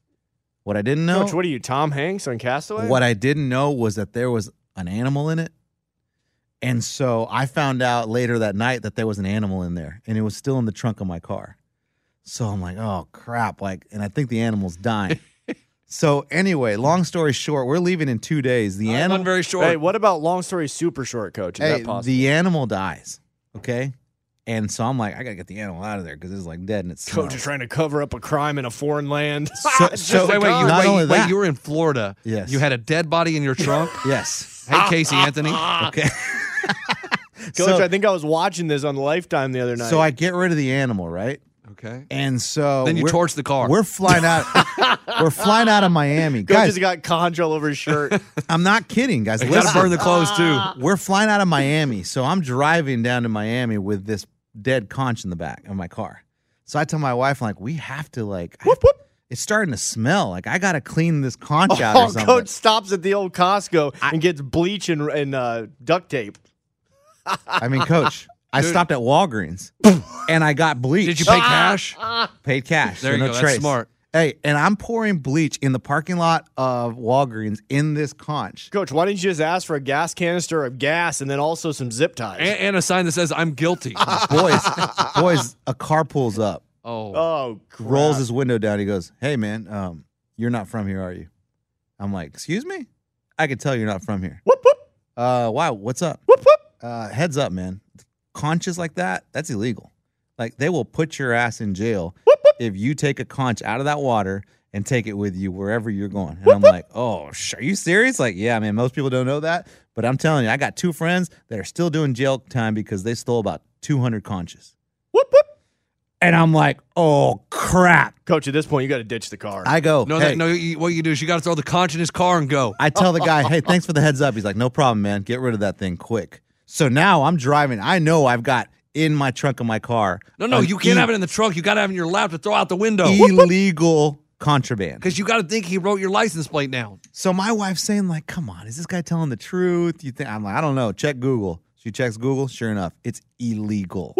D: What I didn't know,
B: Coach, what are you, Tom Hanks on Castaway?
D: what I didn't know was that there was an animal in it. And so I found out later that night that there was an animal in there and it was still in the trunk of my car. So I'm like, oh crap. Like, and I think the
B: <laughs>
D: animal's dying. so anyway, long story short, we're leaving in two days. The animal
C: very short.
B: Hey, what about long story super short, Coach? Is
D: Hey,
B: that possible?
D: the animal dies. Okay. And so I'm like, I gotta get the animal out of there because it's like dead and it's
B: Coach is trying to cover up a crime in a foreign
D: <laughs>
B: land.
D: So-
B: <laughs> Just
D: so-
B: a
C: wait, wait,
B: gun.
C: you,
D: Not
C: wait,
D: only
C: wait,
D: that-
C: you were in Florida.
D: Yes.
C: You had a dead body in your
D: <laughs>
C: trunk.
D: Yes.
B: <laughs>
C: hey, Casey Anthony.
D: Okay.
B: Coach,
D: so-
B: I think I was watching this on Lifetime the other night.
D: So I get rid of the animal, right?
C: Okay.
D: And so
C: Then you
D: we're-
C: torch the car.
D: We're flying out.
C: <laughs>
D: we're flying out of Miami,
B: Coach
D: guys.
B: has got conch all over his
D: <laughs>
B: shirt.
D: I'm not kidding, guys.
C: You gotta
D: Listen,
C: burn the clothes
D: <laughs>
C: too.
D: we're flying out of Miami, so I'm driving down to Miami with this dead conch in the back of my car. So I tell my wife, I'm like, we have to like. I have- It's starting to smell. Like I gotta clean this conch out
C: <laughs>
D: or
B: Oh,
D: something.
B: Coach stops at the old Costco and gets bleach and, and uh, duct tape.
D: I mean, Coach, I
C: Dude.
D: stopped
C: <laughs>
D: at Walgreens and I got bleach.
C: Did you pay cash?
D: <laughs> paid cash.
C: There
D: so
C: you
D: no
C: go. That's
D: trace.
C: smart.
D: Hey, and I'm pouring bleach in the parking lot of Walgreens in this conch.
B: Coach, why didn't you just ask for a gas canister of gas and then also some zip ties?
C: And, and a sign that says "I'm
D: <laughs>
C: guilty."
D: Boys, boys, a car pulls up,
C: Oh,
B: oh, crap.
D: rolls his window down. He goes, "Hey, man, um, you're not from here, are you?" I'm like, "Excuse me? I can tell you're not from here."
B: Whoop, whoop.
D: Uh, wow, what's up?
B: Whoop, whoop.
D: Uh, heads up, man. Conches like that, that's illegal. Like they will put your ass in jail if you take a conch out of that water and take it with you wherever you're going. And I'm like, oh, sh- are you serious? Like, yeah, man. Most people don't know that, but I'm telling you, I got two friends that are still doing jail time because they stole about 200 conches.
B: Whoop, whoop.
D: And I'm like, oh crap.
B: Coach, at this point, you got to ditch the car.
D: I go,
C: no,
D: hey,
C: that, no. You, what you do is you got to throw the conch in his car and go.
D: I tell the guy, hey, thanks for the heads up. He's like, no problem, man. Get rid of that thing quick. So now I'm driving. I know I've got in my trunk of my car.
C: No, no,
D: an
C: you can't
D: e-
C: have it in the trunk. You got to have it in your lap to throw out the window.
D: Illegal contraband.
C: Because you got to think he wrote your license plate down.
D: So my wife's saying, like, come on, is this guy telling the truth? You think I'm like, I don't know. Check Google. She checks Google. Sure enough, it's illegal.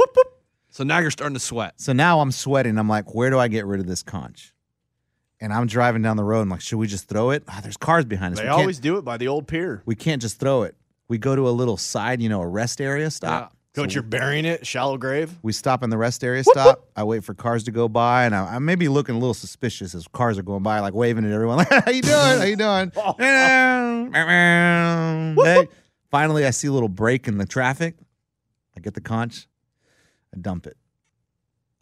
C: So now you're starting to sweat.
D: So now I'm sweating. I'm like, where do I get rid of this conch? And I'm driving down the road. I'm like, should we just throw it? Ah, there's cars behind us.
B: they
D: We can't-
B: always do it by the old pier.
D: we can't just throw it. We go to a little side, you know, a rest area stop.
B: Coach, you're burying it, shallow grave.
D: We stop in the rest area stop. I wait for cars to go by, and I, I may be looking a little suspicious as cars are going by, like waving at everyone, <laughs> like, how you doing? How you doing? Hey. Finally, I see a little break in the traffic. I get the conch. I dump it.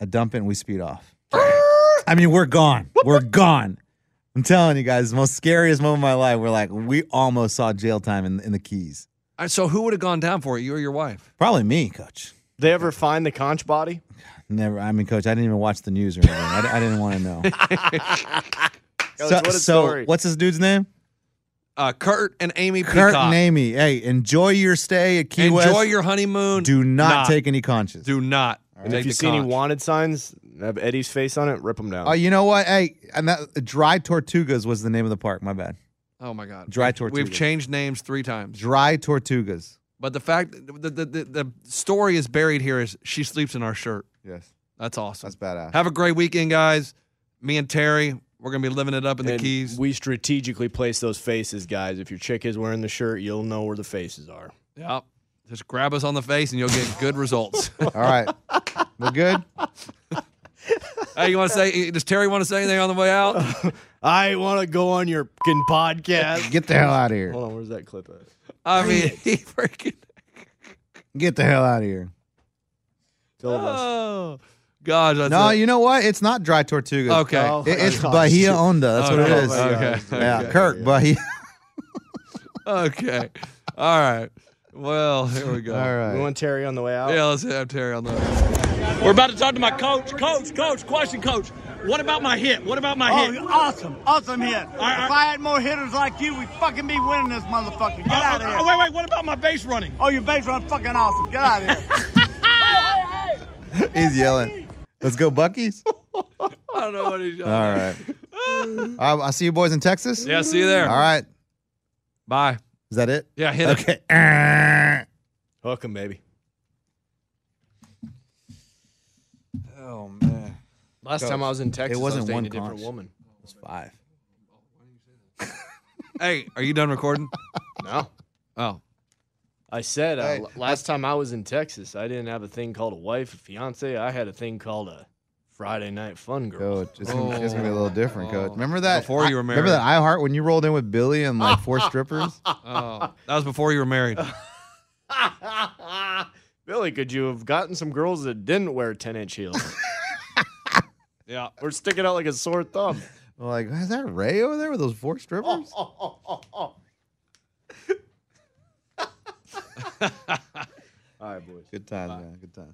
D: I dump it, and we speed off. I mean, we're gone. We're gone. I'm telling you guys, the most scariest moment of my life. We're like, we almost saw jail time in, in the Keys.
C: All right, so who would have gone down for it? You or your wife?
D: Probably me, coach.
B: They ever find the conch body?
D: Never. I mean, coach, I didn't even watch the news or anything. I, I didn't want
B: <laughs>
D: to know.
B: Coach,
D: so,
B: what a
D: so
B: story.
D: what's this dude's name?
C: Uh, Kurt and Amy
D: Kurt
C: Peacock.
D: and Amy. Hey, enjoy your stay at Key
C: Enjoy
D: West.
C: your honeymoon.
D: Do not
C: Nah,
D: take any conscience.
C: Do not.
B: and
C: take
B: if you
C: the
B: see any
C: conch.
B: wanted signs, have Eddie's face on it, rip them down.
D: Oh, you know what? Hey, and that Dry Tortugas was the name of the park. My bad.
C: Oh my God.
D: Dry
C: We've- We've
D: tortugas.
C: changed names three times.
D: Dry Tortugas.
C: But the fact, the, the, the, the story is buried here is she sleeps in our shirt.
D: Yes,
C: That's awesome.
D: badass.
C: Have a great weekend, guys. Me and Terry,
L: We're gonna be living it up in the
B: And
L: keys.
B: We strategically place those faces, guys. If your chick is wearing the shirt, you'll know where the faces are.
L: Yep. Just grab us on the face and you'll get
D: <laughs>
L: good results. All
D: right. We're good.
L: Hey, you want to say? eh, Does Terry want to say anything on the way
D: <laughs>
L: out?
B: I want to go on your fing
L: <laughs>
B: podcast.
D: Get the hell out of here.
B: Hold on, where's that clip at?
L: I mean, <laughs> he freaking.
D: Get the hell out of here.
L: Oh, gosh. that's
D: no,
L: a-
D: you know what? It's not dry tortuga.
L: Okay. Oh,
D: It- it's
L: gosh.
D: Bahia Onda. That's what
L: Okay.
D: it is.
L: Okay.
D: Yeah,
L: Okay.
D: Kirk Bahia.
L: okay. All right. Well, here we go.
D: All right.
B: We want Terry on the way out.
L: Oh. Yeah, let's have Terry on the.
M: We're about to talk to my coach. Coach, coach, question, coach. What about my hit? What about my
A: oh,
M: hit?
A: you're awesome, awesome hit.
M: I-
A: if I had more hitters like you, we'd fucking be winning this motherfucker. Get
M: Oh,
A: out
M: oh,
A: of here.
M: oh, wait, wait, what about my base running?
A: Oh, your base run fucking awesome. Get out of here.
D: He's yelling. Let's go, Bucky's.
L: I don't know what he's.
D: All right. I'll, I'll see you boys in Texas.
L: Yeah, see you there.
D: All right.
L: Bye.
D: Is that it?
L: Yeah, hit
D: okay.
L: it.
B: Hook him, baby.
L: Oh man.
B: Last
L: Coach,
B: time I was in Texas,
L: it
B: it
L: wasn't
B: wasn't I was dating
L: one
B: a different
L: conch.
B: woman.
L: It was five. hey, are you done
D: <laughs>
L: recording?
B: No.
L: Oh.
B: I said uh,
L: Hey,
B: l- last time I was in Texas, I didn't have a thing called a wife, a fiance. I had a thing called a Friday night fun girl.
D: Coach, Oh, it's gonna, it's gonna be a little different, Coach. Remember that
L: Before you were
D: Remember
L: married.
D: that I heart when you rolled in with Billy and like <laughs> four strippers?
L: Oh, that was before you were
D: <laughs>
L: married.
B: <laughs> Billy, could you have gotten some girls that didn't wear 10 inch heels?
L: yeah.
B: We're sticking out like a sore thumb.
D: like, is that Ray over there with those four <laughs> strippers?
B: All right, boys.
D: Good times, man. Good times.